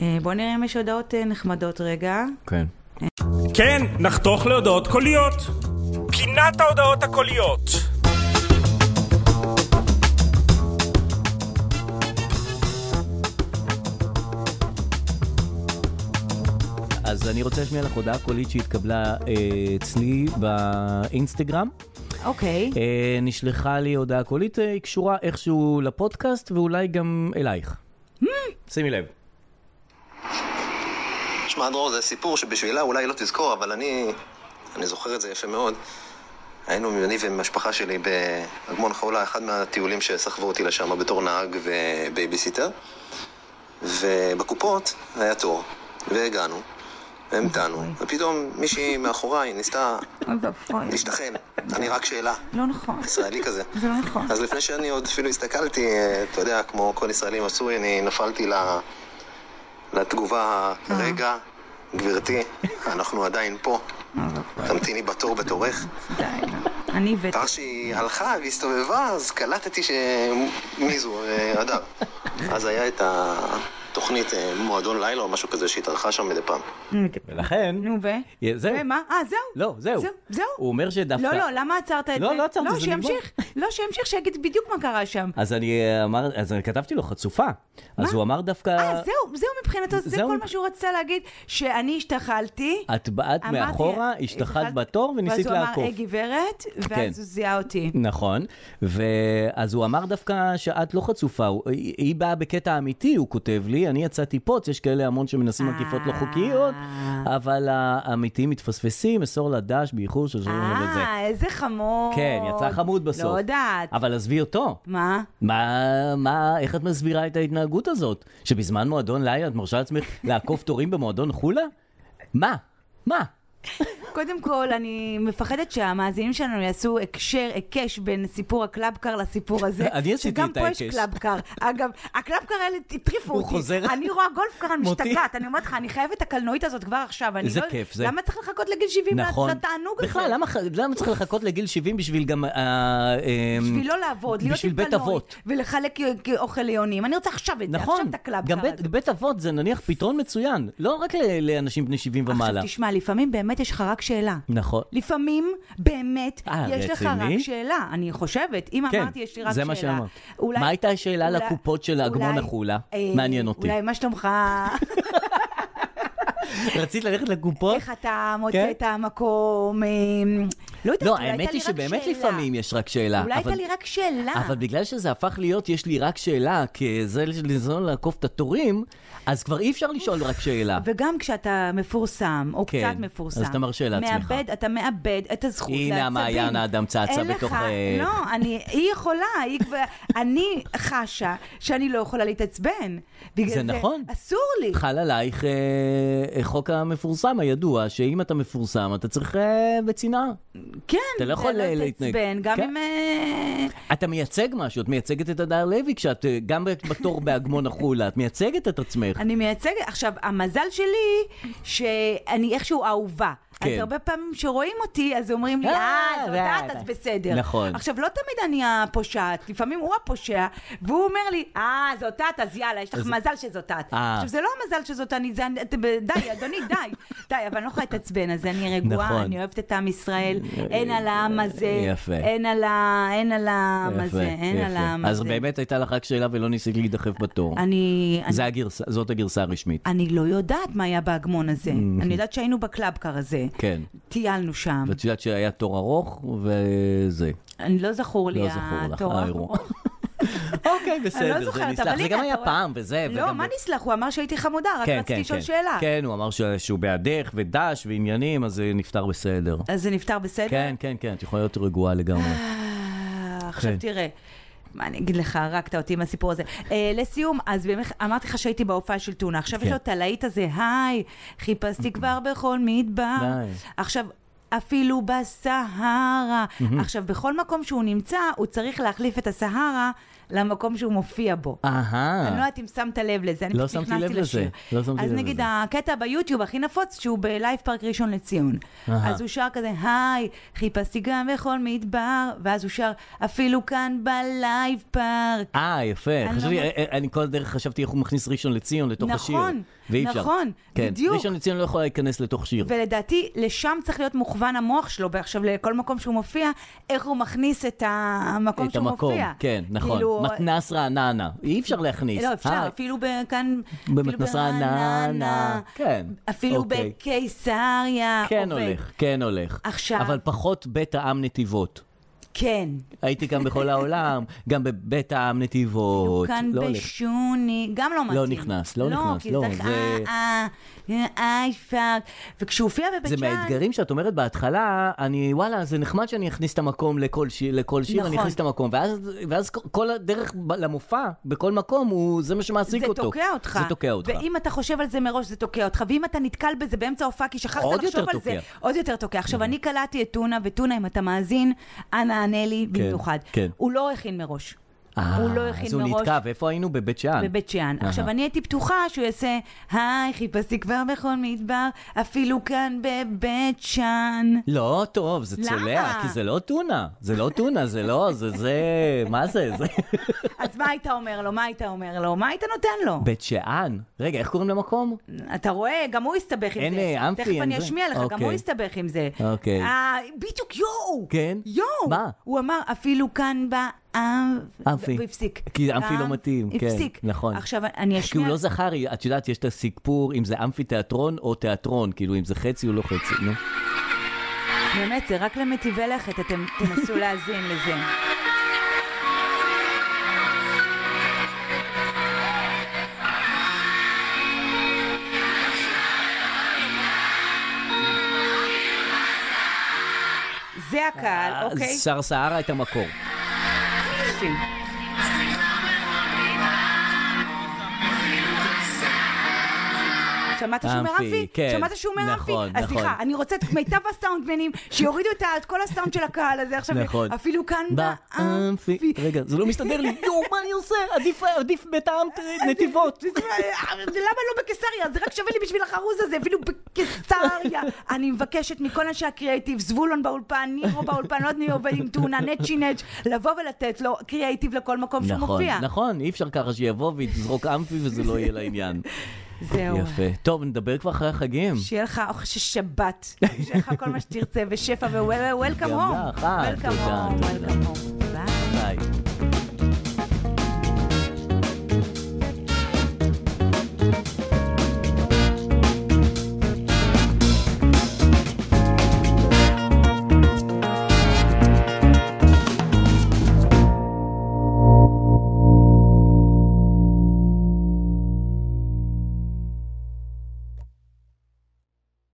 S3: אה, בוא נראה אם יש הודעות אה, נחמדות רגע.
S2: כן.
S1: כן, נחתוך להודעות קוליות. פינת ההודעות הקוליות.
S2: אז אני רוצה להשמיע לך הודעה קולית שהתקבלה אה, אצלי באינסטגרם.
S3: אוקיי.
S2: אה, נשלחה לי הודעה קולית, אה, היא קשורה איכשהו לפודקאסט ואולי גם אלייך.
S3: Hmm.
S2: שימי לב.
S7: שמע, דרור, זה סיפור שבשבילה אולי לא תזכור, אבל אני... אני זוכר את זה יפה מאוד. היינו, אני והמשפחה שלי באגמון חולה, אחד מהטיולים שסחבו אותי לשם בתור נהג ובייביסיטר. ובקופות היה תור, והגענו, והמתנו, ופתאום מישהי מאחוריי ניסתה
S2: אה.
S3: אוי ואבוי.
S7: להשתחל. אני רק שאלה,
S3: לא נכון.
S7: ישראלי כזה.
S3: זה לא נכון.
S7: אז לפני שאני עוד אפילו הסתכלתי, אה, אתה יודע, כמו כל ישראלי מצוי, אני נפלתי ל- לתגובה, רגע,
S3: אה.
S7: גברתי, אנחנו עדיין פה,
S3: אוי ואבוי.
S7: תמתיני בתור בתורך.
S3: לא, די, נו. אני הבאתי.
S7: לאחר שהיא הלכה והסתובבה, אז קלטתי ש... מי זו? אה, הדר. אז היה את התוכנית אה, מועדון לילה או משהו כזה שהתארחה שם מדי פעם.
S2: ולכן...
S3: נו, ו?
S2: אה, זהו.
S3: ומה? אה, זהו.
S2: לא, זהו.
S3: זהו, זהו.
S2: הוא אומר שדווקא...
S3: לא, לא, למה עצרת את
S2: לא,
S3: זה?
S2: לא עצרתי,
S3: לא,
S2: זה נגמר.
S3: שימשיך. לא, שימשיך, שיגיד בדיוק מה קרה שם.
S2: אז אני אה, אמר, אז אני כתבתי לו חצופה. אז הוא אמר דווקא...
S3: אה, זהו, זהו מבחינתו, זה
S2: זהו.
S3: כל מה שהוא רצה להגיד, שאני השתחלתי.
S2: את באת
S3: אמרתי, אה,
S2: מאחורה, השתחלת בתור וניסית
S3: ואז הוא
S2: לעקוף.
S3: אמר, היי גברת,
S2: כן.
S3: ואז הוא זיהה אותי.
S2: נכון, ואז הוא אמר דווקא שאת לא חצופה, הוא- היא היא באה בקטע אמיתי, הוא כותב לי, אני יצאתי פוץ, יש כאלה המון שמנסים עקיפות לא חוקיות,
S3: אה.
S2: אבל האמיתיים מתפספסים, מסור לדש באיחור של שלום וזה.
S3: אה, איזה חמוד.
S2: כן, יצא חמוד בסוף.
S3: לא יודעת.
S2: אבל עזבי אותו.
S3: מה?
S2: מה, מה, איך את מסבירה את ההתנהגות הזאת? שבזמן מועדון לילה את מרשה לעצמך לעקוף תורים במועדון חולה? מה? מה?
S3: קודם כל, אני מפחדת שהמאזינים שלנו יעשו הקשר, היקש בין סיפור הקלאבקר לסיפור הזה.
S2: אני עשיתי
S3: שגם
S2: את
S3: פה יש
S2: ההיקש.
S3: קלאבקר. אגב, הקלאבקר האלה הטריפו
S2: הוא
S3: אותי.
S2: חוזר.
S3: אני רואה גולפקר, אני
S2: מותי.
S3: משתגעת. אני אומרת לך, אני חייבת את הקלנועית הזאת כבר עכשיו. אני
S2: איזה
S3: לא-
S2: כיף זה.
S3: למה צריך לחכות לגיל 70
S2: נכון.
S3: לתענוג הזה?
S2: בכלל, למה, ח- למה צריך לחכות לגיל 70 בשביל גם... אה, אה,
S3: בשביל לא לעבוד, להיות
S2: בשביל
S3: עם
S2: בית
S3: קלנועית
S2: אבות.
S3: ולחלק אוכל ליונים. אני רוצה עכשיו את זה,
S2: נכון,
S3: עכשיו את הקלאבקר
S2: גם בית,
S3: הזה.
S2: בית אבות זה נניח פתרון מצוין, לא רק ל- לאנשים בני 70 ומעלה.
S3: עכשיו תשמע, לפעמים באמת יש לך רק שאלה.
S2: נכון.
S3: לפעמים באמת
S2: אה,
S3: יש לך
S2: רציני?
S3: רק שאלה, אני חושבת. אם
S2: כן,
S3: אמרתי יש לי רק
S2: זה
S3: שאלה.
S2: מה שאמרת. מה הייתה השאלה לקופות של האגמון
S3: אולי-
S2: החולה?
S3: אה,
S2: מעניין אותי.
S3: אולי מה שלומך?
S2: רצית ללכת לקופות?
S3: איך אתה מוצא
S2: כן.
S3: את המקום? אה, לא יודעת,
S2: לא,
S3: אולי הייתה
S2: האמת
S3: לי
S2: היא
S3: רק
S2: שבאמת
S3: שאלה.
S2: לפעמים יש רק שאלה.
S3: אולי
S2: אבל-
S3: הייתה לי רק שאלה.
S2: אבל בגלל שזה הפך להיות, יש לי רק שאלה, כי זה לזון לעקוף את התורים, אז כבר אי אפשר לשאול רק שאלה.
S3: וגם כשאתה מפורסם, או
S2: כן,
S3: קצת מפורסם,
S2: אז אתה מרשה לעצמך.
S3: מאבד, אתה מאבד את הזכות
S2: הנה
S3: לעצבים.
S2: המעיין האדם צעצע
S3: אין
S2: בתוך,
S3: לך,
S2: אה,
S3: לא, אני, היא יכולה, היא כבר... אני חשה שאני לא יכולה להתעצבן. בגלל
S2: זה נכון.
S3: אסור לי.
S2: חל עלייך אה, חוק המפורסם הידוע, שאם אתה מפורסם, אתה צריך אה, בצנעה.
S3: כן,
S2: אתה לא יכול ל- להתנהג.
S3: להתעצבן, גם
S2: כן.
S3: אם... אה,
S2: אתה מייצג משהו, את מייצגת את הדר לוי כשאת, אה, גם בתור באגמון החולה, את מייצגת את עצמך.
S3: אני מייצגת, עכשיו, המזל שלי, שאני איכשהו אהובה.
S2: כן.
S3: אז הרבה פעמים שרואים אותי, אז אומרים לי,
S2: אה,
S3: אה, זאת
S2: אה,
S3: את,
S2: אה.
S3: אז בסדר.
S2: נכון.
S3: עכשיו, לא תמיד אני הפושעת, לפעמים הוא הפושע, והוא אומר לי, אה, זאת את, אז יאללה, יש לך מזל שזאת את.
S2: אה.
S3: עכשיו, זה לא המזל שזאת אני, זה... אני- אתם- די, אדוני, די. די, אבל אני לא יכולה להתעצבן, אז אני
S2: נכון.
S3: רגועה, אני אוהבת את עם ישראל, אין על העם הזה,
S2: יפה.
S3: אין על ה- אין על העם הזה,
S2: יפה,
S3: אין על
S2: יפה.
S3: העם הזה.
S2: אז באמת הייתה לך רק שאלה ולא ניסית להידחף בתור.
S3: אני... אני
S2: זה הגרסה- זאת הגרסה הרשמית.
S3: אני לא יודעת מה היה באגמון הזה. אני יודעת שהיינו בקלאבקר הזה.
S2: כן.
S3: טיילנו שם.
S2: ואת יודעת שהיה תור ארוך וזה.
S3: אני לא זכור לי
S2: לא זכור לך,
S3: התואר.
S2: האירוע. אוקיי,
S3: אני לא
S2: בסדר, זה
S3: זוכרת, אבל
S2: נסלח. זה
S3: הנה,
S2: גם
S3: אתה
S2: היה
S3: רואה.
S2: פעם וזה.
S3: לא,
S2: וגם-
S3: מה נסלח? הוא אמר שהייתי חמודה, רק
S2: כן,
S3: רציתי
S2: כן,
S3: לשאול
S2: כן.
S3: שאלה.
S2: כן, הוא אמר ש- שהוא בעדך ודש ועניינים, אז זה נפתר בסדר.
S3: אז זה נפתר בסדר?
S2: כן, כן, כן, את יכולה להיות רגועה לגמרי.
S3: אה, עכשיו
S2: כן.
S3: תראה. מה אני אגיד לך, הרגת אותי עם הסיפור הזה. אה, לסיום, אז באמת אמרתי לך שהייתי בהופעה של טונה, עכשיו יש
S2: כן.
S3: לו את הלהיט הזה, היי, חיפשתי כבר בכל מדבר.
S2: די.
S3: עכשיו, אפילו בסהרה. עכשיו, בכל מקום שהוא נמצא, הוא צריך להחליף את הסהרה למקום שהוא מופיע בו. אני לא
S2: אהה,
S3: יודעת אם שמת לב לזה, אני
S2: אה. לא
S3: פשוט
S2: שמתי לב
S3: נכנסתי
S2: לזה,
S3: לשיר.
S2: לא שמתי
S3: אז
S2: לב
S3: נגיד
S2: לזה.
S3: הקטע ביוטיוב הכי נפוץ, שהוא בלייב פארק ראשון לציון.
S2: אהה.
S3: אז הוא שר כזה, היי, חיפשתי גם בכל מדבר, ואז הוא שר, אפילו כאן בלייב פארק.
S2: אה, יפה.
S3: לא
S2: חשבתי,
S3: מוצ-
S2: אה, אה, אני כל הדרך חשבתי איך הוא מכניס ראשון לציון לתוך השיר.
S3: נכון,
S2: ואי אפשר.
S3: נכון,
S2: כן,
S3: בדיוק.
S2: ראשון לציון לא יכולה להיכנס לתוך שיר.
S3: ולדעתי, לשם צריך להיות מוכוון המוח שלו, ועכשיו לכל מקום שהוא מופיע, איך הוא מכניס את המקום
S2: את
S3: שהוא
S2: המקום,
S3: מופיע.
S2: כן, נכון.
S3: כאילו,
S2: מתנס רעננה, אי אפשר להכניס. אה,
S3: לא, אפשר,
S2: היי.
S3: אפילו ב- כאן... אפילו
S2: במתנ"ס רעננה. כן,
S3: אפילו
S2: אוקיי.
S3: בקיסריה.
S2: כן
S3: עובד.
S2: הולך, כן הולך.
S3: עכשיו-
S2: אבל פחות בית העם נתיבות.
S3: כן.
S2: הייתי גם בכל העולם, גם בבית העם נתיבות.
S3: כאן
S2: לא הולך.
S3: בשוני, גם לא מתאים.
S2: נכנס, לא נכנס,
S3: כי
S2: לא,
S3: צריך
S2: זה-
S3: אה, אה, אה, פאק. וכשהוא הופיע בבית
S2: זה
S3: שאן...
S2: מהאתגרים שאת אומרת בהתחלה, אני, וואלה, זה נחמד שאני אכניס את המקום לכל שיר, לכל שיר אני
S3: נכון.
S2: אכניס את המקום. ואז, ואז כל הדרך ב- למופע, בכל מקום, הוא, זה מה שמעסיק
S3: זה
S2: אותו.
S3: תוקע אותך.
S2: זה תוקע אותך.
S3: ואם אתה חושב על זה מראש, זה תוקע אותך. ואם אתה נתקל בזה באמצע ההופעה, כי שכחת
S2: עוד
S3: לחשוב
S2: יותר
S3: על זה,
S2: תוקע. כן.
S3: עוד יותר תוקע. עכשיו, אני קלעתי את טונה, וטונה, אם אתה מאזין, אנא ענה לי במיוחד.
S2: כן.
S3: הוא לא הכין מראש.
S2: אה,
S3: הוא לא הכין
S2: אז הוא
S3: מראש.
S2: נתקע, ואיפה היינו? בבית שאן.
S3: בבית שאן.
S2: אהה.
S3: עכשיו, אני הייתי בטוחה שהוא יעשה, היי, חיפשתי כבר בכל מדבר, אפילו כאן בבית שאן.
S2: לא טוב, זה
S3: למה?
S2: צולע, כי זה לא טונה. זה לא טונה, זה לא, זה זה, מה זה? זה...
S3: אז מה היית אומר לו? מה היית אומר לו? מה היית נותן לו?
S2: בית שאן. רגע, איך קוראים למקום?
S3: אתה רואה, גם הוא הסתבך עם
S2: אין,
S3: זה.
S2: אה, אמפי,
S3: תכף
S2: אין
S3: אני
S2: זה.
S3: אשמיע לך, גם
S2: אוקיי.
S3: הוא הסתבך עם זה.
S2: אוקיי.
S3: אה, בדיוק, יואו!
S2: כן?
S3: יואו!
S2: מה?
S3: הוא אמר, אפילו כאן באמפ...
S2: אמפי.
S3: והפסיק.
S2: כי אמפי לא
S3: אמפ-
S2: מתאים, כן,
S3: הפסיק.
S2: נכון.
S3: עכשיו, אני
S2: כי
S3: אשמיע...
S2: הוא לא זכר, את יודעת, יש את הסיפור אם זה אמפי תיאטרון או תיאטרון, כאילו אם זה חצי או לא חצי, נו.
S3: אוקיי. באמת, זה רק למטיבי לכת, אתם תנסו להאזין לזה. זה הקהל, אוקיי?
S2: אז שר סהרה את המקור.
S3: שים. שמעת שהוא אומר
S2: אמפי,
S3: אמפי?
S2: כן.
S3: שמעת שהוא אומר אמפי?
S2: נכון,
S3: אז סליחה,
S2: נכון.
S3: אני רוצה את מיטב הסאונדמנים שיורידו את ה- את כל הסאונד של הקהל הזה עכשיו.
S2: נכון.
S3: אפילו כאן
S2: באמפי.
S3: באמפי.
S2: רגע, זה לא מסתדר לי. יואו, מה אני עושה? עדיף- עדיף בית העם נתיבות.
S3: למה לא בקיסריה? זה רק שווה לי בשביל החרוז הזה, אפילו בקיסריה. אני מבקשת מכל אנשי הקריאייטיב, זבולון באולפן, נירו באולפן, לא יודעת מי עובד עם טונה, נצ'י נץ', לבוא ולתת לו קריאייטיב לכל מקום שהוא
S2: נכון,
S3: מופיע.
S2: נכון, אי אפשר ככה שיבוא ויזרוק אמפי וזה לא יהיה לעניין.
S3: זהו.
S2: נכון. יפה. טוב, נדבר כבר אחרי החגים.
S3: שיהיה לך אוכל שבת, שיהיה לך כל מה שתרצה, ושפע ו-Welcome
S2: גם
S3: home.
S2: לך, אה,
S3: Welcome
S2: תודה,
S3: home,
S2: תודה.
S3: Welcome home. ביי.
S2: ביי.